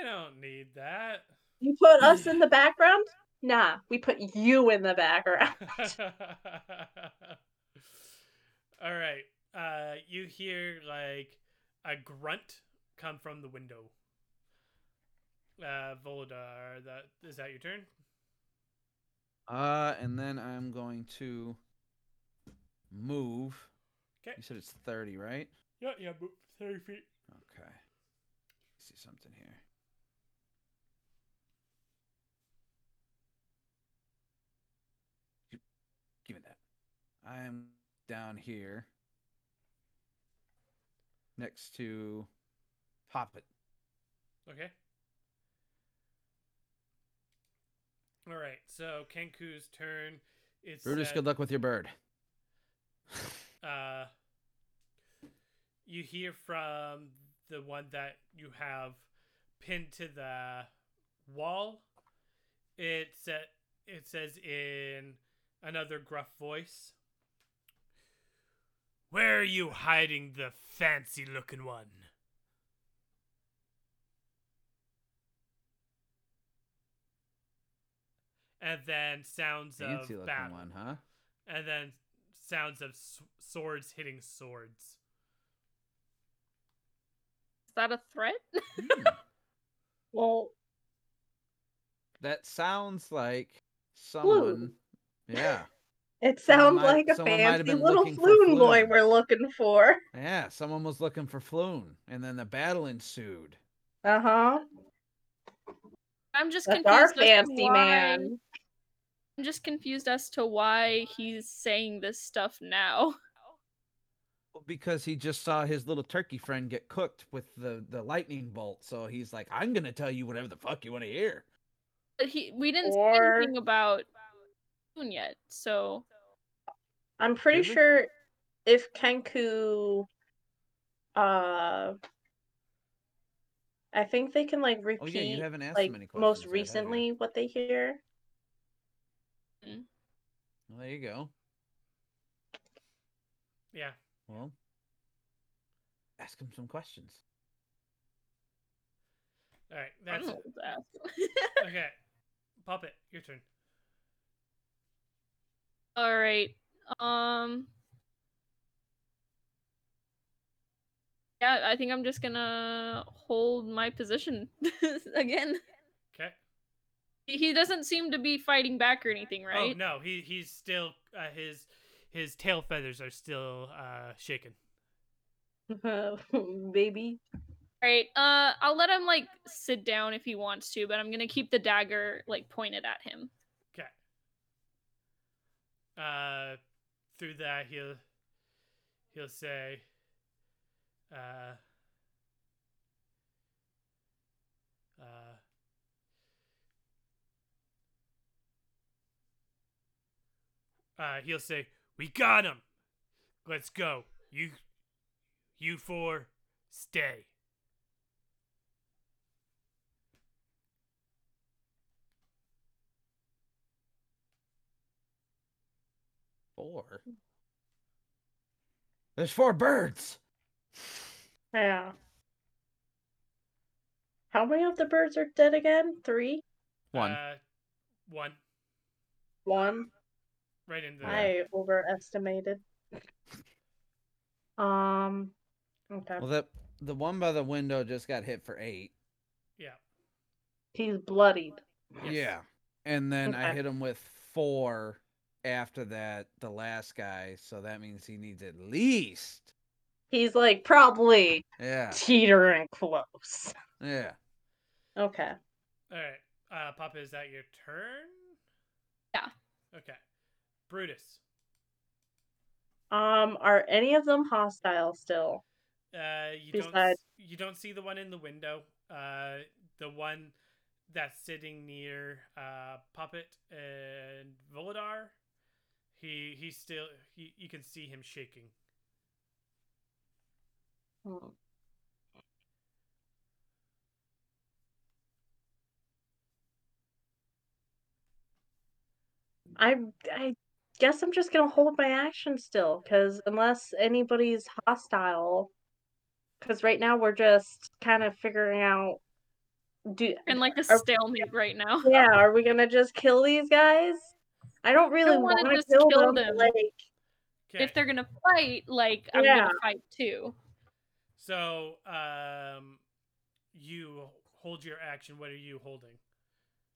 don't need that.
you put us in the background? Nah, we put you in the background.
All right. Uh, you hear like a grunt come from the window. Uh, Volodar, that is that your turn?
uh, and then I'm going to move.
'Kay.
You said it's thirty, right?
Yeah, yeah, move thirty feet.
Okay. See something here. Gi- Give me that. I am down here. next to Poppet.
Okay. All right. So Kenku's turn. It's
Brutus, good luck with your bird.
uh, you hear from the one that you have pinned to the wall. It sa- it says in another gruff voice, "Where are you hiding the fancy-looking one?" And then sounds of
Fancy looking
battle,
one, huh?
and then sounds of s- swords hitting swords.
Is that a threat?
Hmm.
Well,
that sounds like someone.
Blue.
Yeah,
it
Someone
sounds
might-
like a
someone might have
fancy
been
little
looking for
floon boy
Floon.
we're looking for.
yeah. Someone was looking for Floon, and then the battle ensued.
Uh huh.
I'm just
That's
confused.
our
as to
fancy
why-
man.
I'm just confused as to why he's saying this stuff now.
Well, Because he just saw his little turkey friend get cooked with the the lightning bolt, so he's like, "I'm gonna tell you whatever the fuck you want to hear."
But he we didn't say
Or-
anything about Moon yet, so
I'm pretty
Did we?
sure if Kenku, uh, I think they can like repeat
Oh yeah, you haven't asked
like
him any questions.
most
yet, have you?
recently what they hear.
Well, there you go.
Yeah.
Well, ask him some questions.
All right.
I don't
That's
know what to ask.
okay. Puppet, your turn.
All right. Um. Yeah, I think I'm just gonna hold my position again.
Okay.
He- He doesn't seem to be fighting back or anything, right?
Oh no, he he's still uh, his his tail feathers are still uh shaken.
Baby.
All right. Uh, I'll let him like sit down if he wants to, but I'm gonna keep the dagger like pointed at him.
Okay. Uh, through that he'll he'll say, uh, uh, uh, he'll say, "We got him. Let's go. You, you four, stay."
Four. There's four birds.
Yeah. How many of the birds are dead again? Three?
One.
Uh, one.
One?
Right in the.
I overestimated. Um okay.
well, that the one by the window just got hit for eight.
Yeah.
He's bloodied.
Yes.
Yeah. And then I
Okay.
hit him with four after that, the last guy. So that means he needs at least.
He's like probably
Yeah.
teetering close.
Yeah.
Okay.
All right, uh, Papa, is that your turn?
Yeah.
Okay, Brutus.
Um, are any of them hostile still?
Uh, you don't
Beside-
s- you don't see the one in the window. Uh, the one that's sitting near uh Puppet and Volodar. He he's still he you can see him shaking.
Hmm. I I guess I'm just gonna hold my action still, because unless anybody's hostile, because right now we're just kind of figuring out. Do
And like a
Are-
stalemate right now.
yeah, are we gonna just kill these guys? I don't really
don't wanna
want to
just
kill,
kill
them. but,
them.
Like,
Okay.
If they're gonna fight, like I'm
Yeah.
gonna fight too. Oh
so um, you hold your action. What are you holding?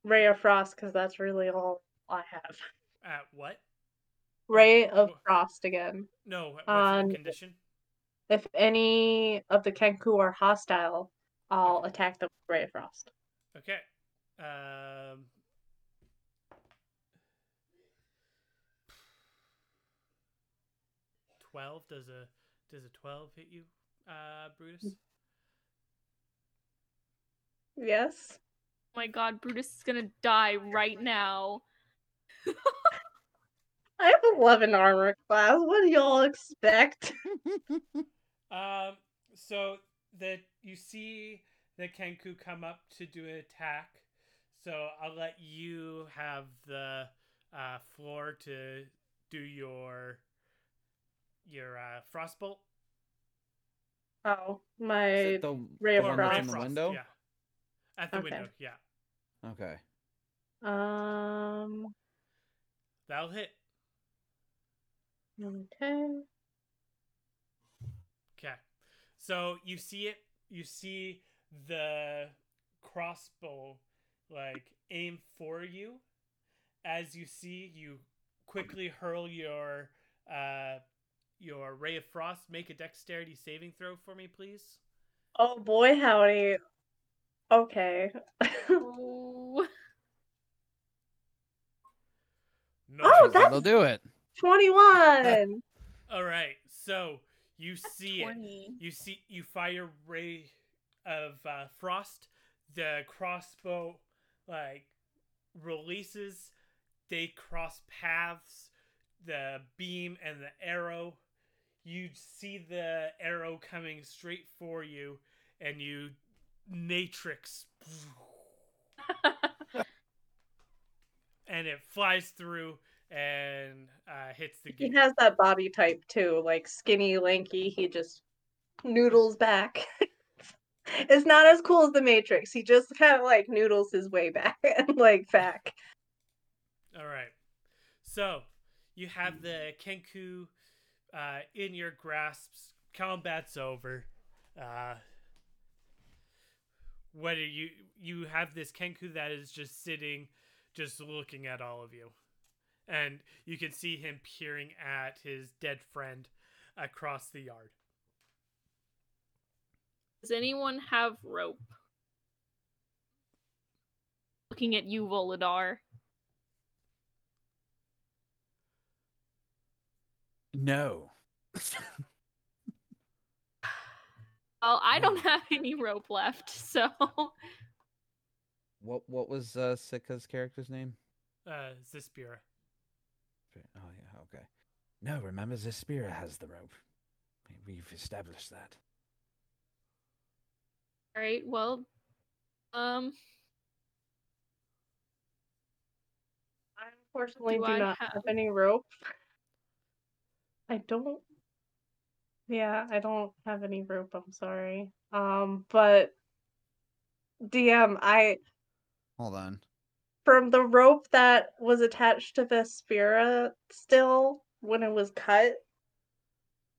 Ray of Frost, because that's really all I have.
At what?
Ray of
wh-
Frost again.
No. What's
On-
the condition?
If any of the Kenku are hostile, I'll attack them with Ray of Frost.
Okay. Um. Twelve does a does a twelve hit you? uh, Brutus?
Yes.
Oh my god, Brutus is gonna die right now.
I have 11 armor class. What do y'all expect?
Um, so that you see the Kenku come up to do an attack. So I'll let you have the uh, floor to do your your uh, frostbolt.
Oh,
Is
my.
it the
ray of
one
Ray
that's
of
in the
Frost,
window?
Yeah. At the
Okay.
window, yeah.
Okay.
Um.
That'll hit.
Okay.
Okay. So you see it. You see the crossbow like aim for you. As you see, you quickly hurl your uh your ray of frost. Make a dexterity saving throw for me, please.
Oh boy, howdy. Okay.
Oh.
No.
Oh, that's-
That'll do it.
21.
all right. So you see it.
20.
You see, you fire ray of uh, frost. The crossbow like releases. They cross paths. The beam and the arrow. You see the arrow coming straight for you, and you matrix, and it flies through and uh, hits the
he
gate.
has that body type too, like skinny, lanky. He just noodles back. it's not as cool as the Matrix. He just kind of like noodles his way back and like back.
All right. So you have the Kenku uh, in your grasps. Combat's over. Uh, whether you you have this Kenku that is just sitting, just looking at all of you, and you can see him peering at his dead friend across the yard.
Does anyone have rope? Looking at you, Voladar.
No.
Well, I don't
No.
have any rope left, so
What what was uh Sika's character's name?
Uh, Zispira.
Oh yeah, okay. No, remember Zespira has the rope. We've established that.
Alright, well um
I unfortunately
Do
do,
I
not
have-
have... any rope. I don't. Yeah, I don't have any rope. I'm sorry. Um, but DM, I
Hold on.
from the rope that was attached to Vespira still when it was cut.
it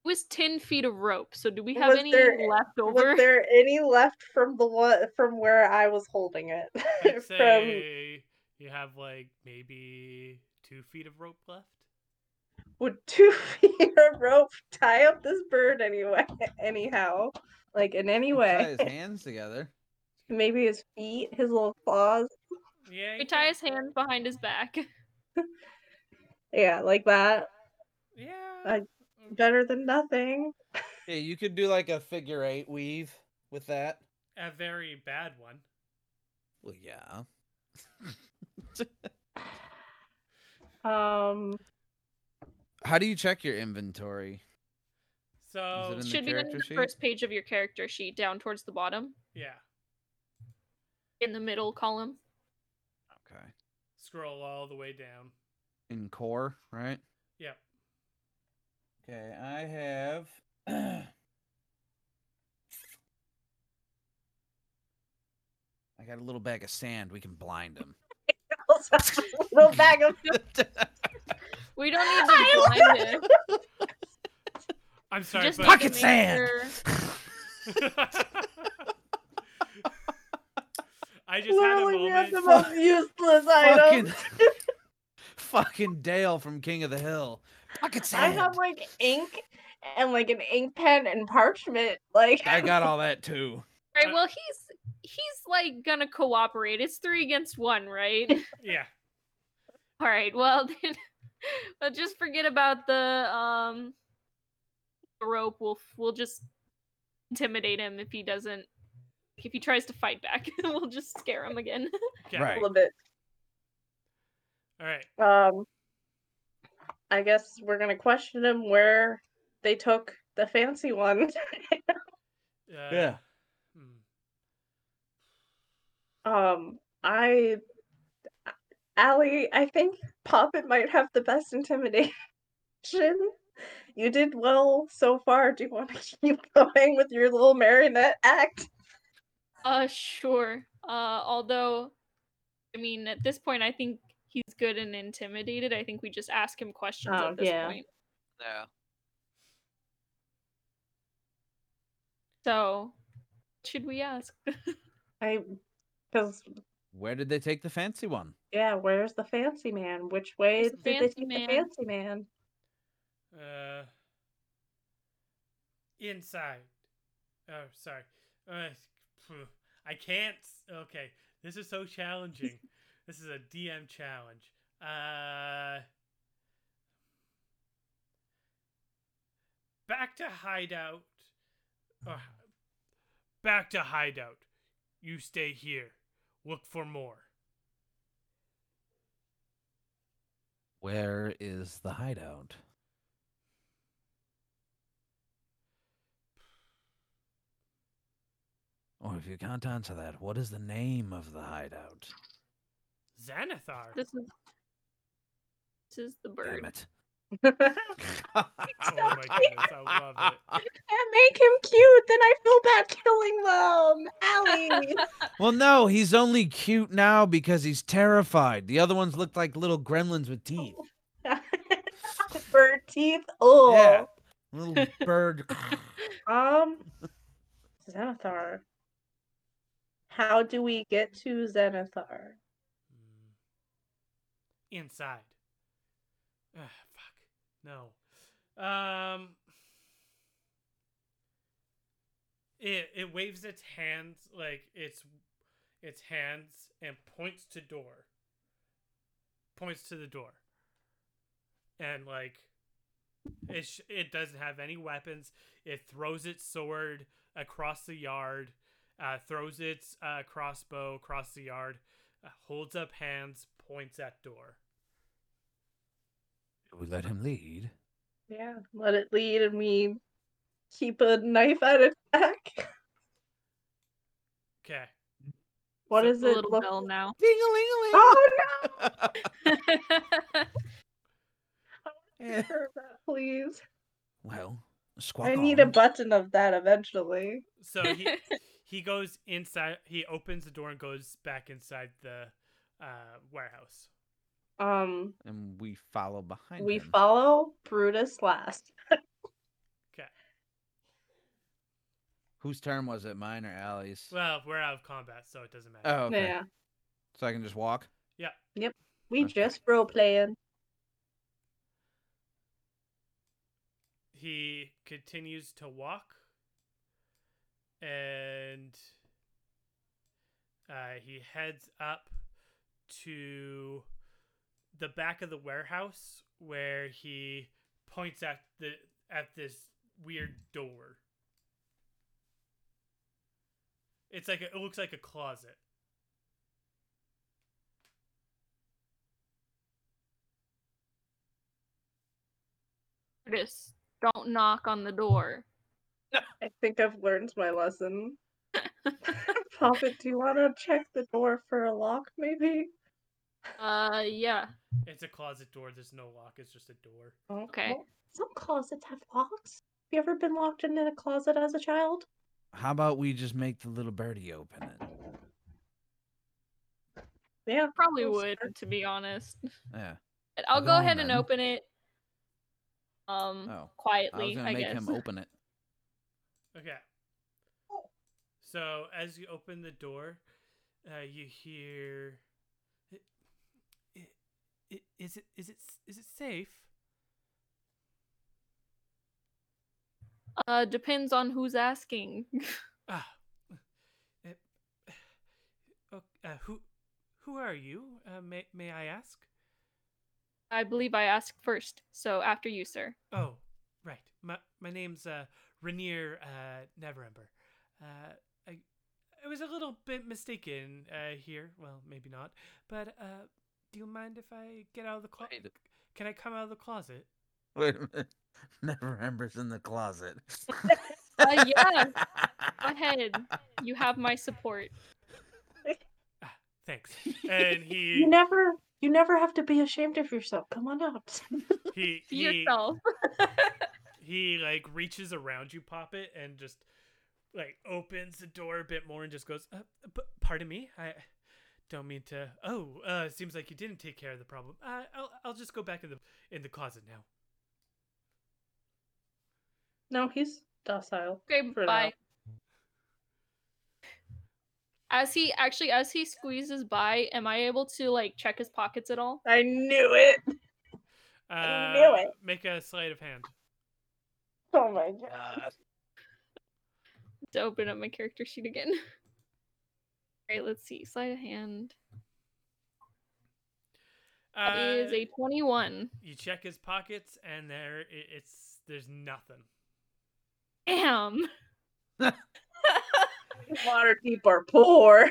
was ten feet of rope, so do we have
Was
any
there-
left over?
Was there any left from the one from where I was holding it?
I'd
from
say you have like maybe two feet of rope left.
would two feet of rope tie up this bird anyway? Anyhow, like in any
Tie
way,
his hands together.
maybe his feet, his little claws,
Yeah,
We
you
tie
can-
his hands behind his back.
yeah, like that.
Yeah. Mm,
I- Better than nothing.
Yeah, you could do like a figure eight weave with that.
a very bad one.
Well, yeah.
Um,
How do you check your inventory?
So
in the
Should be on
character
the
sheet?
first page of your character sheet, down towards the bottom,
yeah,
in the middle column.
Okay.
scroll all the way down.
In core, right?
Yep.
Okay, I have. I got a little bag of sand. We can blind him.
also a little bag of
We don't need
I
to blind him.
I'm sorry,
Just
but
Pocket
Pocket
make sand!
sand.
I just had a
literally we have
moment.
the most useless items.
fucking, fucking Dale from King of the Hill. Pocket
I
sand. I,
have like ink and like an ink pen and parchment. Like
got all that too.
Right, well he's he's like gonna cooperate. It's three against one, right?
yeah.
All right. Well, then, well, just forget about the um the rope. We'll we'll just intimidate him if he doesn't if he tries to fight back. we'll just scare him again.
Okay.
Right.
A little bit.
All right.
Um, I guess we're gonna question them where they took the fancy one.
Uh,
Yeah.
hmm.
um, I, Allie, I think Poppet might have the best intimidation. You did well so far. Do you want to keep going with your little marionette act?
Uh, sure. Uh, although, I mean, at this point, I think he's good and intimidated. I think we just ask him questions
Oh,
at this
yeah.
point.
Yeah.
So, what should we ask?
I, because
Where did they take the fancy one?
yeah, where's the fancy man? Which way
Where's
did
the
they
fancy
take the
man?
fancy man?
Uh, inside. Oh, sorry. Uh, phew. I can't. s- Okay, this is so challenging. this is a DM challenge. Uh, back to hideout. Or, back to hideout. You stay here. Look for more.
Where is the hideout? Or Oh, if you can't answer that, what is the name of the hideout?
Xanathar.
this is this is the bird.
Damn it.
and
oh
my goodness, I love
it.
make him cute. Then I feel bad killing them. Allie.
Well, no, he's only cute now because he's terrified. The other ones looked like little gremlins with teeth.
Bird teeth. Oh.
Yeah. Little bird.
Um, Xanathar. How do we get to Xanathar?
Mm. Inside. Ah, fuck. No. Um. It it waves its hands like its its hands and points to door. Points to the door. And like, it sh- it doesn't have any weapons. It throws its sword across the yard. Uh, throws its uh, crossbow across the yard uh, holds up hands, points at door.
we let him lead.
Yeah, let it lead, and we keep a knife at its back.
Okay.
What
So
does
The
it
little
look-
bell now.
Ding a ling a
Oh no!
ling.
Hear that, Please,
Eh, Well, squawk
I need a
on.
button of that eventually.
So he he goes inside. He opens the door and goes back inside the uh, warehouse.
Um,
and we follow behind
we
him.
follow Brutus last.
Whose turn was it? Mine or Allie's?
Well, we're out of combat, so it doesn't matter.
oh, okay.
Yeah,
So I can just walk.
we
Okay.
just role playing.
He continues to walk, and uh, he heads up to the back of the warehouse where he points at the at this weird door. It's like a, it looks like a closet.
Curtis, don't knock on the door.
I think I've learned my lesson. Prophet, do you want to check the door for a lock, maybe?
Uh, yeah.
It's a closet door. There's no lock. It's just a door.
Okay.
Well, Some closets have locks. Have you ever been locked in a closet as a child?
How about we just make the little birdie open it?
Yeah.
Probably
Oh,
would,
sorry.
to be honest.
Yeah.
But I'll
Go
go,
on,
ahead and
then.
open it. Um,
Oh, I was
quietly,
gonna
I,
make
guess.
him open it.
Okay. So as you open the door, uh, you hear. "I- i- i- Is it is it s- is it safe?
Uh, depends on who's asking.
Ah. it- ok- uh, who who are you? Uh, may may I ask?
I believe I asked first, so after you, sir.
Oh, right. My my name's uh, Rainier uh, Neverember. Uh, I, I was a little bit mistaken uh, here. Well, maybe not. But uh, do you mind if I get out of the closet?
Wait.
Can I come out of the closet?
Wait a minute. Never embers in the closet. Ah,
Uh, yeah. Go ahead. You have my support.
Thanks. And
You
he
never you never have to be ashamed of yourself. Come on out.
he he,
Be yourself.
he like reaches around you, pop it, and just like opens the door a bit more and just goes, uh, p- "Pardon me, I don't mean to." Oh, uh, seems like you didn't take care of the problem. Uh, I'll I'll just go back in the in the closet now.
No, he's docile.
Okay,
For
bye.
now.
As he actually, as he squeezes by, am I able to like check his pockets at all?
I knew it.
Uh,
I knew it.
Make a sleight of hand.
Oh my god.
To open up my character sheet again. All right, let's see. Sleight of hand That is
Uh,
a twenty-one.
You check his pockets, and there i- it's there's nothing.
Damn.
Water deep are poor.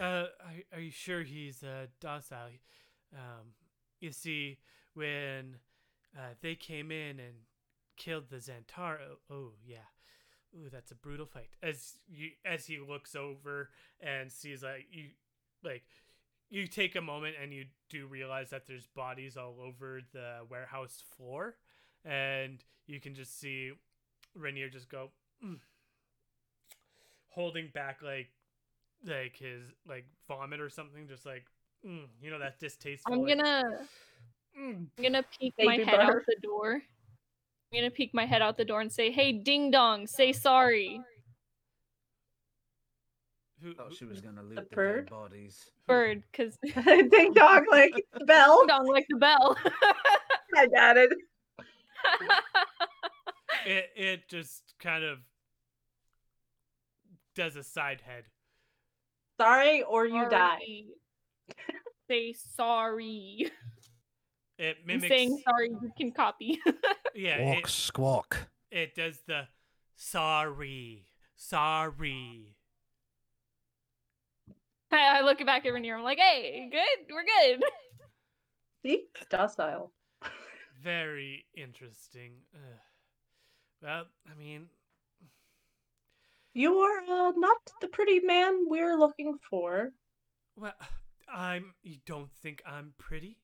Uh, are, are you sure he's uh, docile? Um, you see, when uh, they came in and killed the Zantaro, oh yeah, ooh that's a brutal fight. As you as he looks over and sees like you like you take a moment and you do realize that there's bodies all over the warehouse floor, and you can just see Rainier just go. "Mm," holding back like like his like vomit or something just like mm, you know that distasteful
I'm
like,
gonna,
mm,
I'm gonna peek my
Baby
head out
burp.
the door. I'm gonna peek my head out the door and say, "Hey, ding dong, say sorry,
who,
thought Oh, she
who-
was gonna loot the,
bird?
dead bodies.
bird," because ding
Ding dong, like bell.
dong like the bell.
I got it.
it it just kind of does a side head
Sorry, or you die.
Sorry. say sorry.
it
I'm
mimics
saying sorry you can copy.
yeah
Walk,
it,
squawk.
it does the sorry sorry
I I look back at Rainier. I'm like, hey, good, we're good.
See? Docile.
very interesting Ugh. well i mean
You are uh, not the pretty man we're looking for.
well i'm you don't think i'm pretty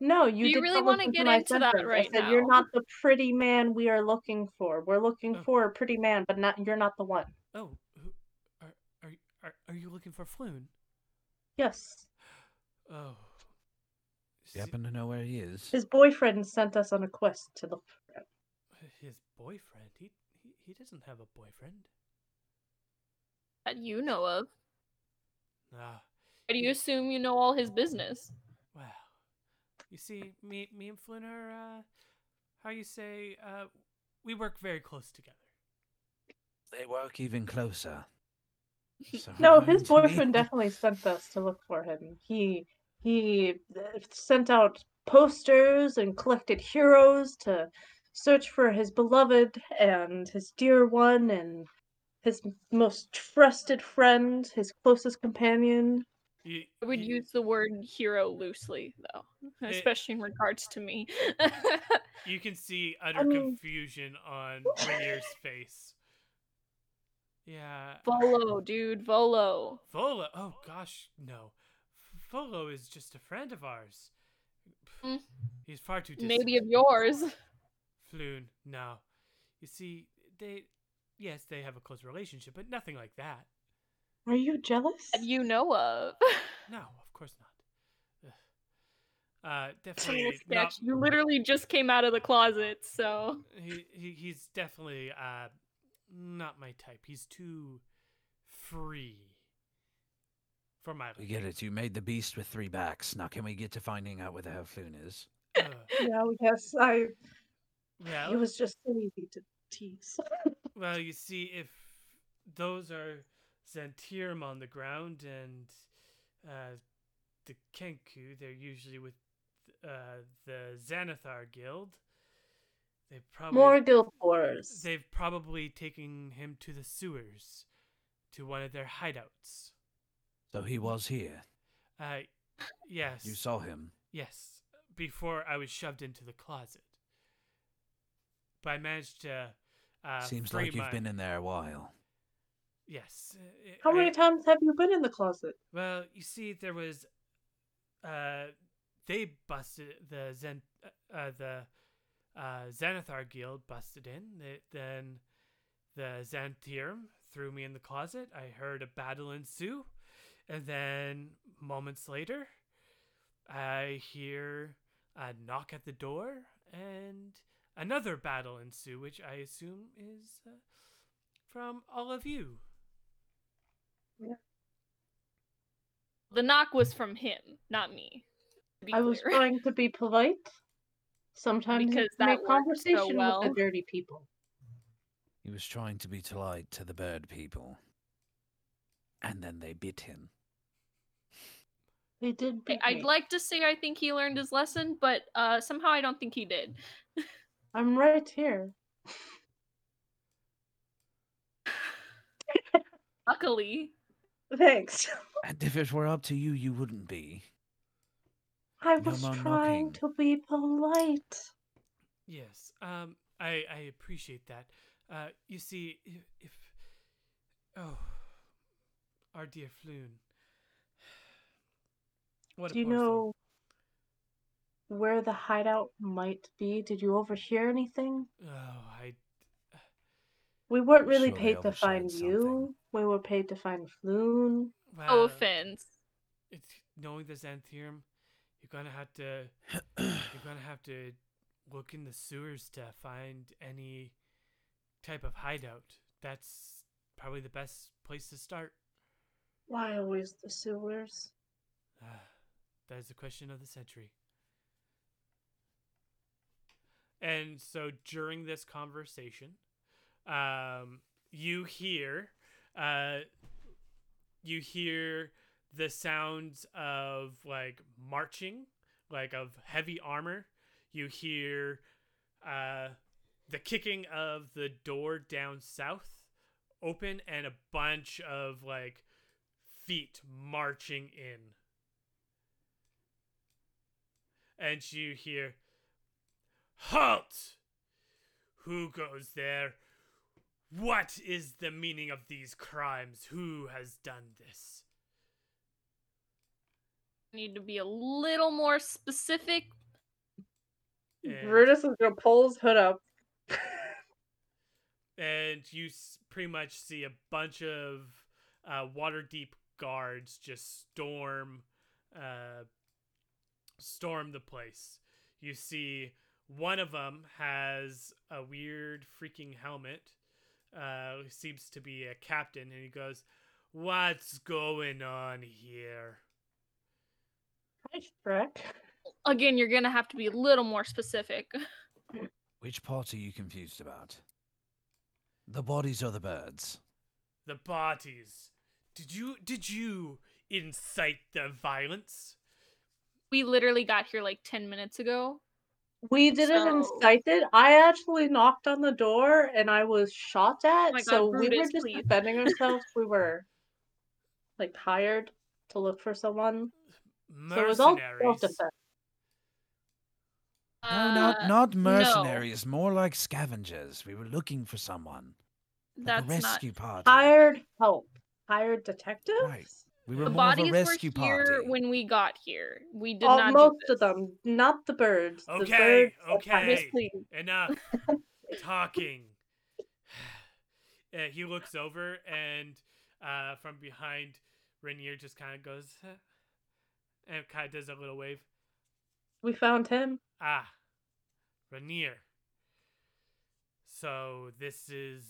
No, you.
Do you
did
really
not
wanna
listen
get
my
into that
sentence.
right
I said, You're
now?"
not the pretty man we are looking for. We're looking
Oh.
for a pretty man, but not you're not the one.
oh who, are, are, are, are you looking for floon
Yes,
Oh.
You
S-
happen to know where he is?
his boyfriend sent us on a quest to the.
His boyfriend? He, he he doesn't have a boyfriend.
That you know of.
Ah,
Why do you assume you know all his business?
well. You see, me me and Flynn are, uh, how you say, uh, we work very close together.
They work even closer.
Oh,
So
No,
I'm
his
going to
boyfriend
need-
definitely sent us to look for him. He he uh, sent out posters and collected heroes to search for his beloved and his dear one and his m- most trusted friend, his closest companion.
You,
I would
you,
use the word hero loosely, though,
Eh.
It-
especially in regards to me.
you can see utter
mean-
confusion on Rainier's face. Yeah.
Volo, dude, Volo.
Volo. Oh gosh, no. Volo is just a friend of ours.
Mm.
He's far too distant.
Maybe of yours.
Floon, no. You see, they, yes, they have a close relationship, but nothing like that.
Are you jealous?
That you know of.
No, of course not. Ugh. Uh, definitely
Sketch,
not.
You literally just came out of the closet, so.
He, he, he's definitely uh, not my type. He's too free for my.
We get it. You made the beast with three backs. Now can we get to finding out where the hell Floon is?
Ugh.
Yeah, yes, I.
well,
It was just so easy to tease.
well, you see, if those are Xantirum on the ground and uh, the Kenku, they're usually with uh, the Xanathar Guild. They've probably
More Guildfors.
they've probably taken him to the sewers, to one of their hideouts.
So he was here.
Uh, yes.
You saw him.
Yes, before I was shoved into the closet. But I managed to. Uh,
Seems
free
like
my-
you've been in there a while.
Yes. uh,
How
I-
many times have you been in the closet?
Well, you see, there was, uh, they busted the Zen, uh, uh, the, uh, Xanathar Guild busted in. Th- then, the Xanthirum threw me in the closet. I heard a battle ensue, and then moments later, I hear a knock at the door and another battle ensue, which I assume is uh, from all of you.
The knock was from him, not me. to be
I was
clear.
trying to be polite. Sometimes
Because
because
that
make
worked so
conversation with
well.
the dirty people.
He was trying to be polite to the bird people. And then they bit him.
They did.
I-
beat me.
I'd like to say I think he learned his lesson, but uh, somehow I don't think he did.
I'm right here.
Luckily,
Thanks.
And if it were up to you, you wouldn't be.
I
No
was
more
trying
knocking.
to be polite.
Yes. Um. I I appreciate that. Uh. You see, if, if oh, our dear Floon. What a
Do you
poor soul.
know where the hideout might be? Did you overhear anything?
Oh, I.
We weren't
I'm
really
sure they
paid to
overshot
find
something.
you. We were paid to find Floon.
Well,
Uh.
no offense.
It's knowing the Xanthium, you're gonna have to you're gonna have to look in the sewers to find any type of hideout. That's probably the best place to start.
Why always the sewers?
Uh, that is the question of the century. And so during this conversation, um, you hear, uh, you hear the sounds of like marching, like of heavy armor. You hear, uh, the kicking of the door down south open and a bunch of like feet marching in and you hear, Halt! Who goes there? What is the meaning of these crimes? Who has done this?
Need to be a little more specific.
And-
Brutus is gonna pull his hood up.
and you s- pretty much see a bunch of uh, water deep guards just storm uh, storm the place you see one of them has a weird freaking helmet uh, seems to be a captain and he goes what's going on here
Hi, Shrek.
Again, you're gonna have to be a little more specific.
Which part are you confused about? The bodies or the birds?
the bodies did you did you incite the violence
We literally got here like ten minutes ago.
We didn't
So-
incite it. I actually knocked on the door and I was shot at.
Oh my God,
so we were
Brutus,
just
please.
defending ourselves. we were like hired to look for someone. So it was all self
mercenaries
defense.
no, not
Uh,
not
no.
mercenaries. More like scavengers. We were looking for someone. Like
That's
a
not.
rescue party.
Hired help. Hired detectives?
We were
The
more of
bodies
a
were here
rescue party.
when we got here. We did
Oh,
not. do
most of
this.
them, not the birds. The
Okay,
birds are fine.
Miss,
okay.
please.
enough talking. Uh, he looks over and uh, from behind, Rainier just kind of goes "Huh," and kind of does a little wave.
We found him.
Ah, Rainier. So this is.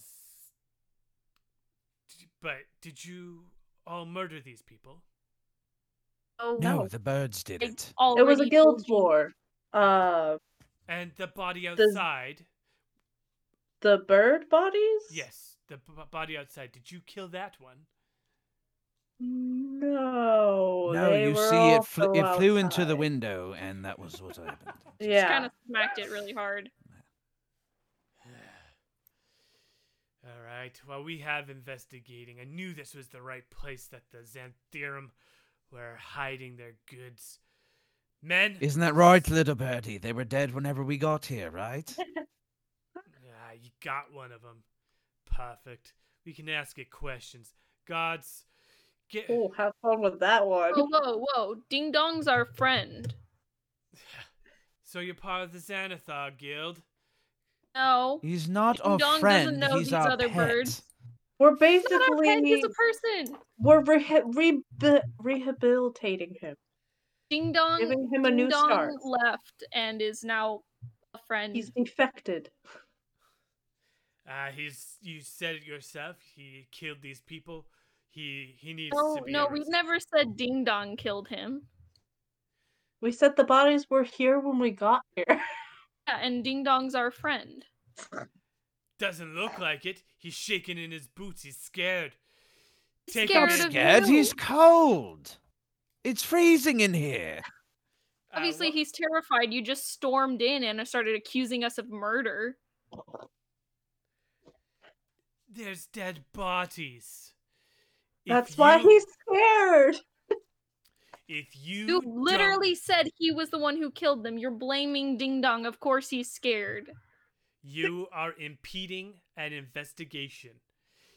Did- But did you all murder these people?
Oh
No, the birds did
I
it.
It was a
already
guild
told you.
war. Uh
And the body
Does-
outside.
the bird bodies?
Yes, the b- body outside. Did you kill that one?
Oh,
No.
no,
they
you
were
see, it, fl-
also
it flew into the
outside.
window, and that was what happened.
Just
Yeah.
kind of smacked it really hard.
All right. Well, we have investigating. I knew this was the right place that the Xantherum were hiding their goods. Men.
Isn't that right, little birdie? They were dead whenever we got here, right?
Ah, you got one of them. Perfect. We can ask it questions. Gods, get.
Oh.
Ooh, have fun with that one.
Whoa, whoa, whoa. Ding Dong's our friend.
So you're part of the Xanathar Guild.
No.
He's not
Ding
our
Dong doesn't
friend.
know
He's
these
our
other
pet.
birds.
We're
He's not our friend,
basically
he's a person.
we're reha rehabil- rehabilitating him,
Ding Dong,
giving him a
Ding
new
Dong
start.
left and is now a friend.
He's defected.
Uh, he's. You said it yourself. He killed these people. He he needs
no,
to be.
Oh, no, we've
arrested.
never said Ding Dong killed him.
We said the bodies were here when we got here.
Yeah, and Ding Dong's our friend.
Doesn't look like it. He's shaking in his boots. He's scared.
He's
Take
scared
off
Not
Bird
of
scared.
you.
He's cold. It's freezing in here.
Uh,
Obviously,
wha-
he's terrified. You just stormed in and started accusing us of murder.
There's dead bodies. If
That's why
you-
he's scared.
If you.
You
don't-
literally said he was the one who killed them. You're blaming Ding Dong. Of course he's scared.
You are impeding an investigation.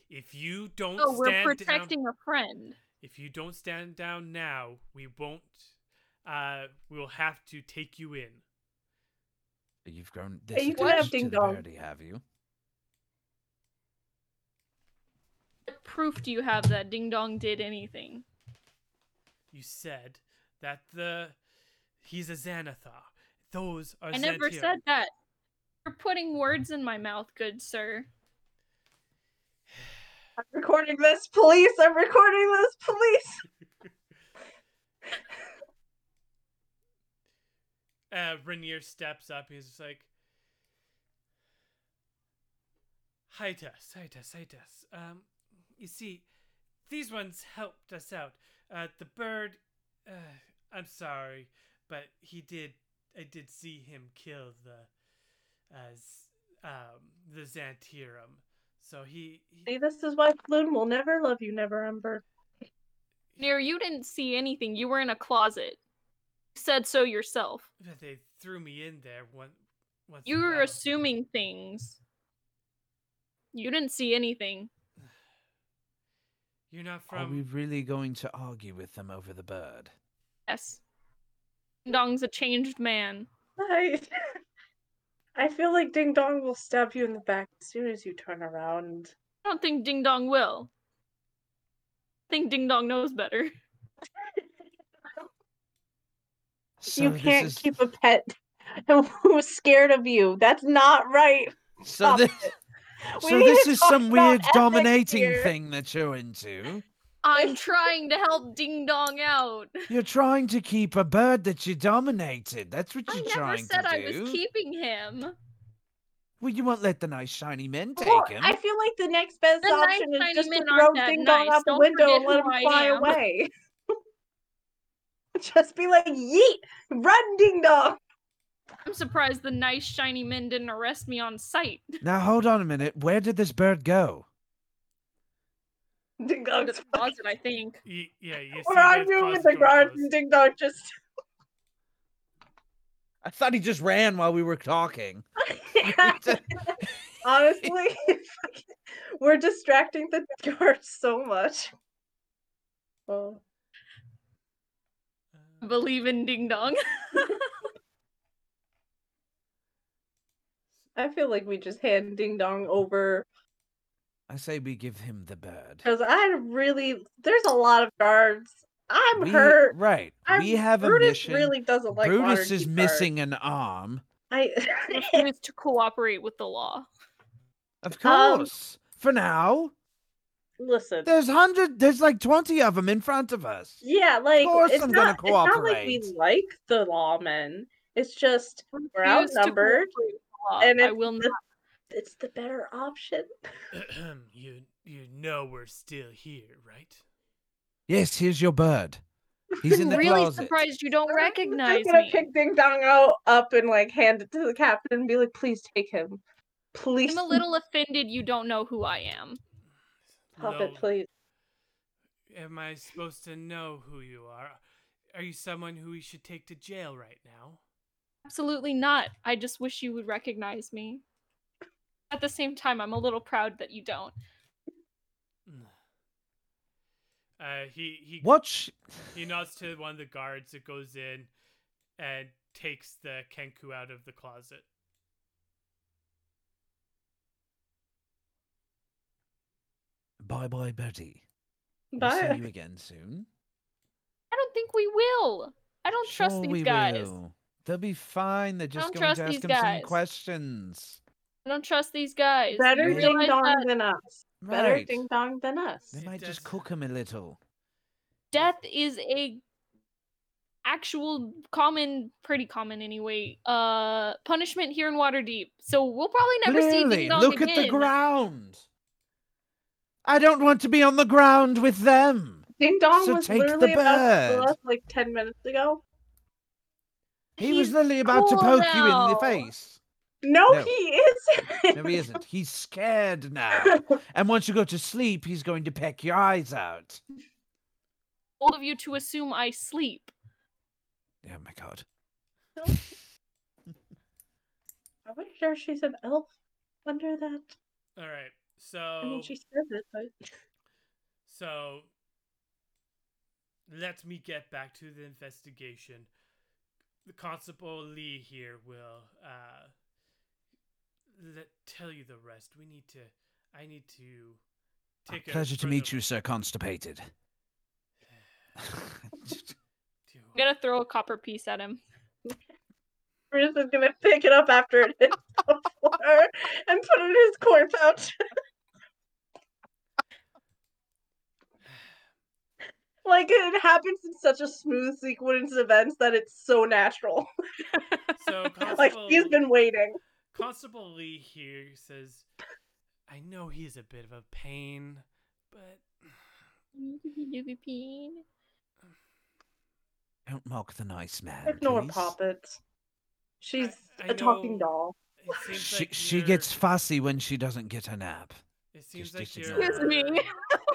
If you don't
No, Oh, we're
stand down,
protecting a friend.
if you don't stand down now, we won't. Uh, we'll have to take you in.
You've grown this
Hey, you can have
attached to
Ding
the
Dong.
birdie, have you?
What proof do you have that Ding Dong did anything?
You said that the he's a Xanathar. Those are
I never
Xantium.
said that. You're putting words in my mouth, good sir.
I'm recording this, police. I'm recording this, police.
Uh, Rainier steps up. He's just like, Hitas, Hitas, Hitas. Um, you see, these ones helped us out. Uh, the bird. Uh, I'm sorry, but he did. I did see him kill the, uh, z- um, the Xantirum. So he.
See,
he
this is why Floon will never love you, never Ember.
Near, you didn't see anything. You were in a closet. You said so yourself.
but they threw me in there one. Once
You were
battle-
assuming things. You didn't see anything.
You're not
Are we
from.
really going to argue with them over the bird?
Yes. Ding Dong's a changed man.
I, I feel like Ding Dong will stab you in the back as soon as you turn around.
I don't think Ding Dong will. I think Ding Dong knows better.
So
you
this
can't
is-
keep a pet who's scared of you. That's not right.
So
stop
this,
it. We
so
need to
this is
talk
some
about
weird
ethics
dominating
here.
thing that you're into.
I'm trying to help Ding Dong out.
You're trying to keep a bird that you dominated. That's what
I
you're
never
trying
said
to
I
do.
was keeping him.
Well, you won't let the nice shiny men take
Well,
him.
I feel like the next best
The nice
option
shiny
is just to
men
throw
aren't that
Ding Dong
nice.
out the
Don't
window and
forget
let
who
him
I
fly
am.
away. just be like, yeet, run, Ding Dong.
I'm surprised the nice shiny men didn't arrest me on sight.
Now hold on a minute. Where did this bird go?
Ding
Out
Dong,
of the closet, I think.
Y- yeah, you see
we're
their
arguing in the
closet door
garage,
closed.
and Ding Dong just.
I thought he just ran while we were talking.
Honestly, we're distracting the guard so much. Oh,
Uh,
Believe in Ding Dong.
I feel like we just hand Ding Dong over
I say we give him the bird.
because I really there's a lot of guards. I'm
We-
hurt.
Right.
I'm,
we have a
Brutus
mission.
really doesn't like
Brutus
modern
is
keycards.
missing an arm.
I
refused to cooperate with the law.
Of
Um,
course. For now,
listen.
there's hundred. There's like twenty of them in front of us.
Yeah, like
course
it's
I'm gonna
not, It's not like we
cooperate.
like the lawmen. It's just We're
Refused to
outnumbered,
cooperate with the law.
and
I
it's
will not.
the- it's the better option.
you you know we're still here, right?
Yes, here's your bird. He's in
I'm
the
really
closet.
surprised you don't recognize
I'm gonna
me.
pick Ding Dong out up and like hand it to the captain and be like, please take him. Please.
I'm a little offended you don't know who I am.
Stop it,
No.
please.
Am I supposed to know who you are? Are you someone who we should take to jail right now?
Absolutely not. I just wish you would recognize me. At the same time, I'm a little proud that you don't.
Uh, he he
What? Sh-
he nods to one of the guards that goes in and takes the kenku out of the closet.
bye bye, Betty. We'll see
Bye.
you again soon.
I don't think we will. I don't trust
Sure
these
we
guys.
will. They'll be fine. They're just
don't
going
trust
to
these
ask him
guys.
some questions.
I don't trust these guys.
Better
You
Yeah.
ding
realize
dong
that
than us. Better
Right.
ding dong than us.
They
It
might
does-
just cook him a little.
death is a actual common, pretty common anyway, uh punishment here in Waterdeep. So we'll probably never see
Clearly,
Ding Dong
look
again.
at the ground. I don't want to be on the ground with them.
Ding dong
So
was
take the
literally about to
bird.
kill us like ten minutes ago.
He
He's
was literally about to
cool
poke you in the
now.
face.
No,
No.
he isn't.
No, he isn't. He's scared now. And once you go to sleep, he's going to peck your eyes out.
all of you to assume I sleep.
Oh my god.
I was sure she's an elf under that.
All right, so
I
Oh.
mean, she says it, but
So let me get back to the investigation. The constable Lee here will uh let, tell you the rest. We need to I need to
Ah,
take a
Pleasure to meet
further-
you, Sir Constipated.
to-
I'm gonna throw a copper piece at him.
Bruce is gonna pick it up after it hits the floor and put it in his corn pouch. like it happens in such a smooth sequence of events that it's so natural.
So
like
constable
he's been waiting.
Constable Lee here says I know he's a bit of a pain, but
Don't mock the nice man.
Ignore
please.
Poppet. She's
I
a talking
know-
doll.
it seems
She,
like
she
you're-
gets fussy when she doesn't get her nap.
It seems
Just-
like
just
you're
ignore
Excuse me.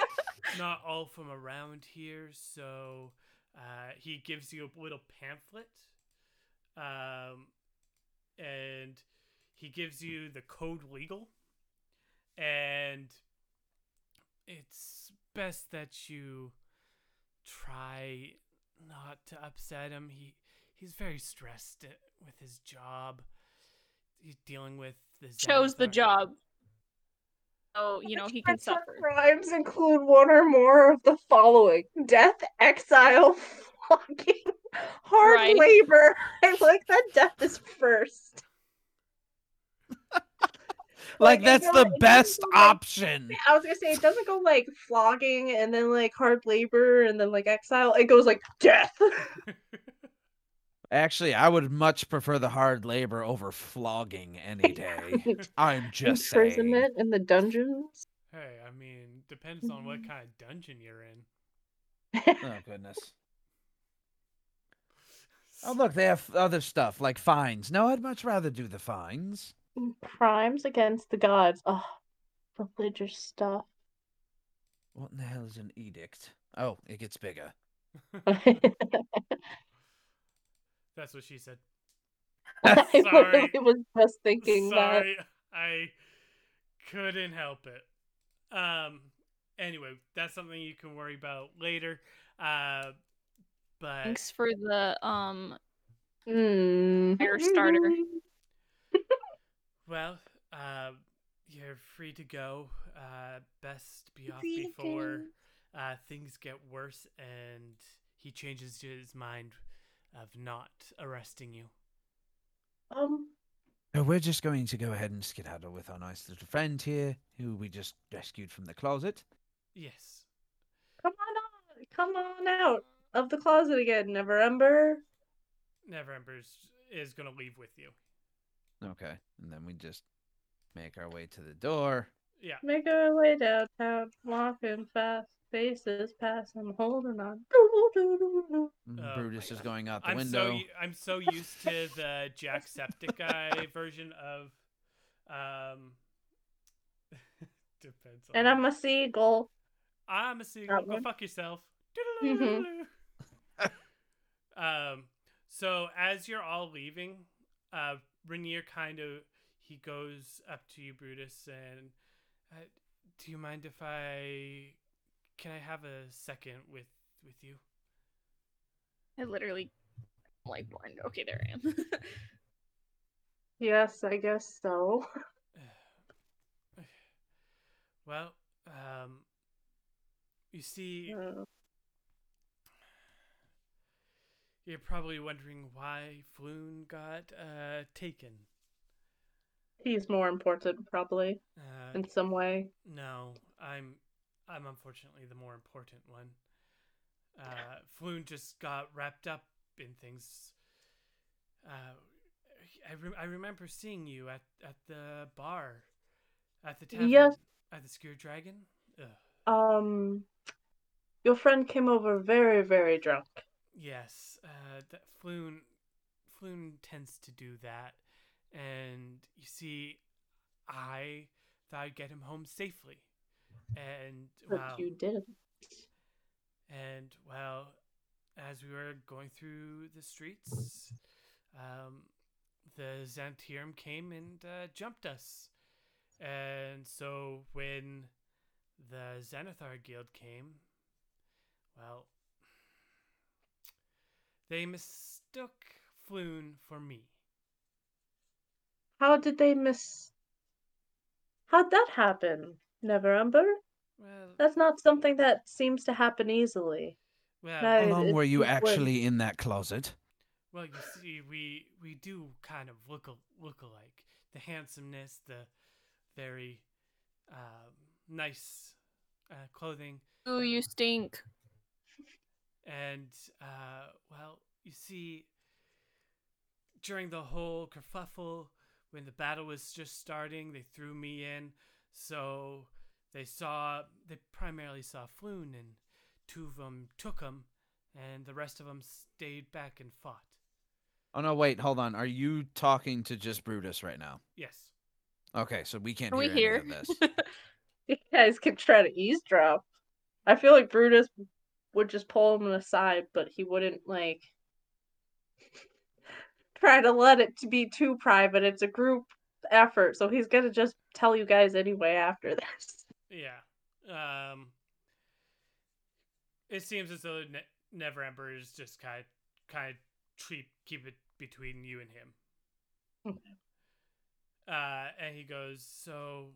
not all from around here, so uh, he gives you a little pamphlet, um, and he gives you the code legal, and it's best that you try not to upset him. He he's very stressed uh, with his job. He's dealing with the
Chose the
Xanathar.
job. So, Oh, you know, he can
Which of
suffer.
Crimes include one or more of the following death, exile, flogging, hard
Right.
labor. I like that death is first.
Like,
it
that's
doesn't- it
the
doesn't
best
go like-
option.
I was gonna say it doesn't go like flogging and then like hard labor and then like exile. It goes like death.
Actually, I would much prefer the hard labor over flogging any day. I'm just saying.
Imprisonment in the dungeons.
Hey, I mean, depends on what
Mm-hmm.
kind of dungeon you're in.
Oh goodness. Oh look, they have other stuff like fines. No, I'd much rather do the fines.
Crimes against the gods. Oh, religious stuff.
What in the hell is an edict? Oh, it gets bigger.
That's what she said.
I
Sorry.
literally was just thinking that.
Sorry, I couldn't help it. Um. Anyway, that's something you can worry about later. Uh, but
Thanks for the um
Mm.
Fire starter.
well, uh, you're free to go. Uh, best be off
Free to
before
go.
uh, things get worse and he changes his mind of not arresting you.
Um,
So we're just going to go ahead and skedaddle with our nice little friend here, who we just rescued from the closet.
Yes.
come on, out, come on out of the closet again, Never Ember.
Never Embers is gonna leave with you.
Okay, and then we just make our way to the door.
Yeah.
Make our way downtown, walking fast, faces passing, holding on. Doo-doo-doo-doo-doo.
Mm,
Oh my
Brutus is
God.
going out the
I'm so
window.
u- I'm so used to the Jacksepticeye version of Um, depends. On
And I'm a seagull.
I'm a seagull.
That
Go
one.
fuck yourself.
Mhm.
um, so as you're all leaving, uh, Rainier kind of he goes up to you, Brutus, and uh, do you mind if I can I have a second with with you?
I literally I'm like blind. Okay, there I am.
Yes, I guess so.
Well, um, you see,
Uh,
you're probably wondering why Floon got uh taken.
he's more important, probably,
Uh,
in some way.
No, I'm I'm unfortunately the more important one. Uh Floon just got wrapped up in things. Uh I, re- I remember seeing you at at the bar at the tavern
Yes.
at the Skewer Dragon. Ugh.
Um, your friend came over very, very drunk.
Yes, uh, that Floon, Floon tends to do that, and you see, I thought I'd get him home safely, and
But
wow,
you didn't.
and well, as we were going through the streets, um, the Xanthirum came and uh, jumped us, and so when the Xanathar Guild came, well, they mistook Floon for me.
How did they miss? How'd that happen? Never Ember?
Well,
That's not something that seems to happen easily.
well,
no.
How
It-
long were
it-
you
it was-
actually in that closet?
Well, you see, we we do kind of look al- look alike. The handsomeness, the very um, nice uh, clothing,
Ooh, you stink.
and uh, well, you see, during the whole kerfuffle, when the battle was just starting, they threw me in. So they saw they primarily saw Floon, and two of them took him, and the rest of them stayed back and fought.
Oh no, wait, hold on. Are you talking to just Brutus right now?
Yes.
Okay, so we can't
Are we here?
hear any of this.
You guys could try to eavesdrop. I feel like Brutus would just pull him aside, but he wouldn't like try to let it to be too private. It's a group effort, so he's gonna just tell you guys anyway after this.
Yeah. Um It seems as though ne- Never Emperor is just kind of, kind of treat keep it between you and him. Uh, and he goes, so,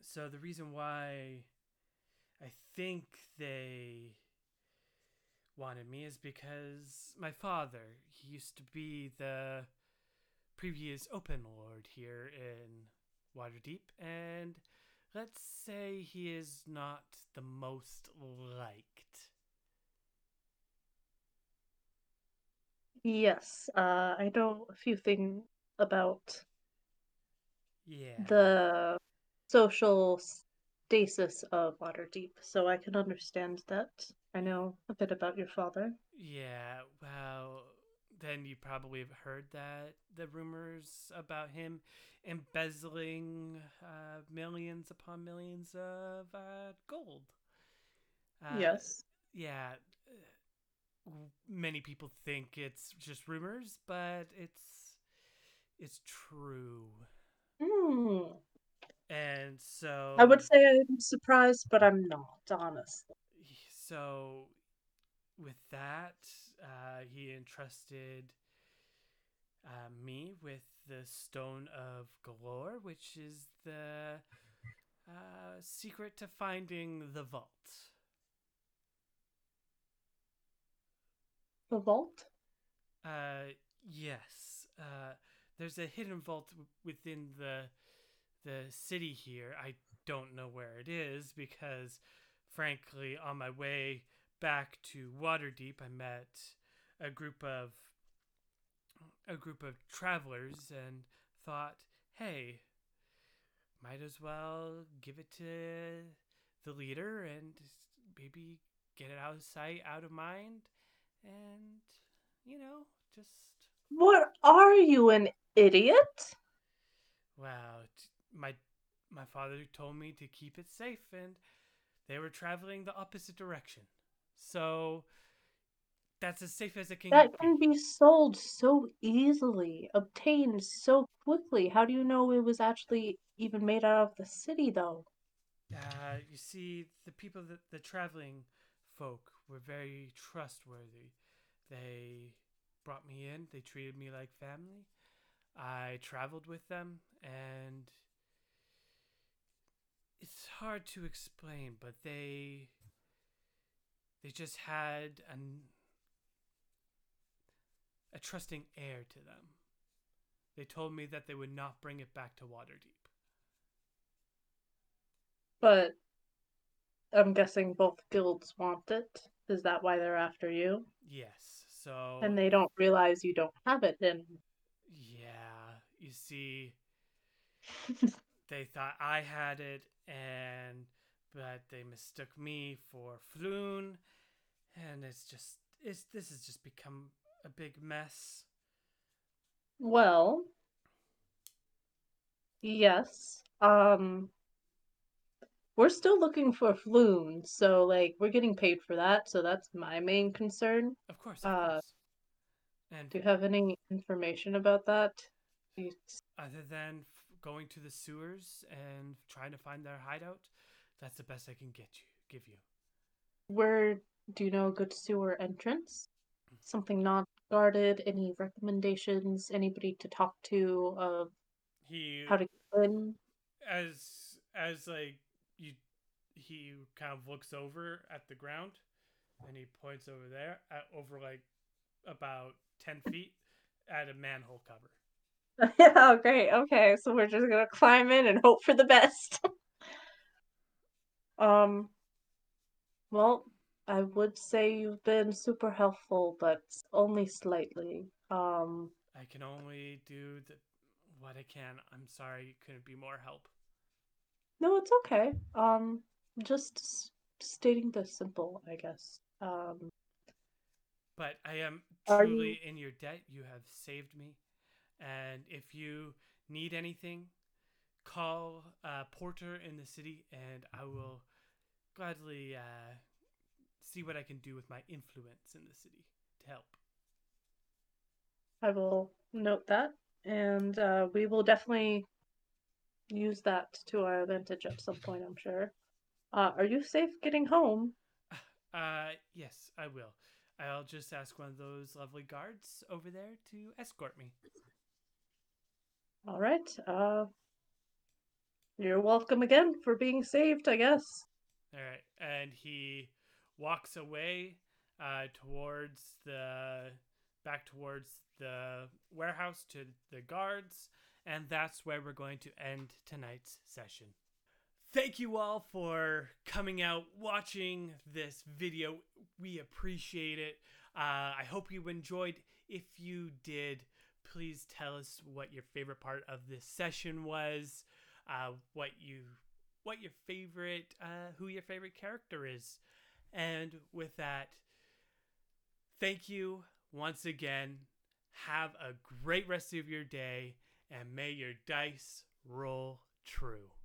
so the reason why I think they wanted me is because my father, he used to be the previous Open Lord here in Waterdeep, and let's say he is not the most liked.
Yes, uh, I know a few things about
Yeah.
the social stasis of Waterdeep, so I can understand that. I know a bit about your father.
Yeah, well, then you probably have heard that the rumors about him embezzling uh, millions upon millions of uh, gold. Uh,
yes.
Yeah. uh, w- Many people think it's just rumors, but it's it's true.
Hmm.
And so
I would say I'm surprised, but I'm not, honestly.
so with that uh, he entrusted uh, me with the stone of galore which is the uh, secret to finding the vault
The vault?
uh, yes uh, there's a hidden vault w- within the the city here i don't know where it is because frankly on my way back to Waterdeep, I met a group of a group of travelers and thought, "Hey, might as well give it to the leader and maybe get it out of sight, out of mind, and you know, just
What are you, an idiot?
Wow, t- my my father told me to keep it safe, and they were traveling the opposite direction. So that's as safe as it can.
That
get.
can be sold so easily, obtained so quickly. How do you know it was actually even made out of the city, though?
Uh, you see, the people that the traveling folk were very trustworthy. They brought me in. They treated me like family. I traveled with them, and it's hard to explain, but they they just had an a trusting air to them. They told me that they would not bring it back to Waterdeep.
But I'm guessing both guilds want it. Is that why they're after you?
Yes. So
And they don't realize you don't have it, then
Yeah, you see, they thought I had it, and but they mistook me for Floon, and it's just it's this has just become a big mess.
Well, yes. Um, we're still looking for Floon, so like we're getting paid for that, so that's my main concern.
Of course, of
Uh,
course. And
Do you have any information about that? You s-
other than f- going to the sewers and trying to find their hideout, that's the best I can get you. Give you.
Where do you know a good sewer entrance? Something not guarded? Any recommendations? Anybody to talk to of
He
how to get in?
as as like you he kind of looks over at the ground and he points over there at over like about 10 feet at a manhole cover
Oh, great. Okay, so we're just gonna climb in and hope for the best. Um, well, I would say you've been super helpful, but only slightly. Um,
i can only do the, what i can i'm sorry couldn't be more help
no, it's okay. Um, just s- stating the simple, I guess. Um,
but i am
Are
truly in your debt you have saved me and if you need anything call uh, porter in the city and i will gladly uh, see what i can do with my influence in the city to help
I will note that, and uh, we will definitely use that to our advantage at some point, I'm sure. Uh, are you safe getting home?
Uh, yes, I will. I'll just ask one of those lovely guards over there to escort me.
All right. Uh, you're welcome again for being saved, I guess.
All right, and he walks away uh, towards the back towards the warehouse to the guards, and that's where we're going to end tonight's session. Thank you all for coming out, watching this video. We appreciate it. Uh, I hope you enjoyed. If you did, please tell us what your favorite part of this session was, uh, what you what your favorite uh, who your favorite character is and with that thank you once again have a great rest of your day and may your dice roll true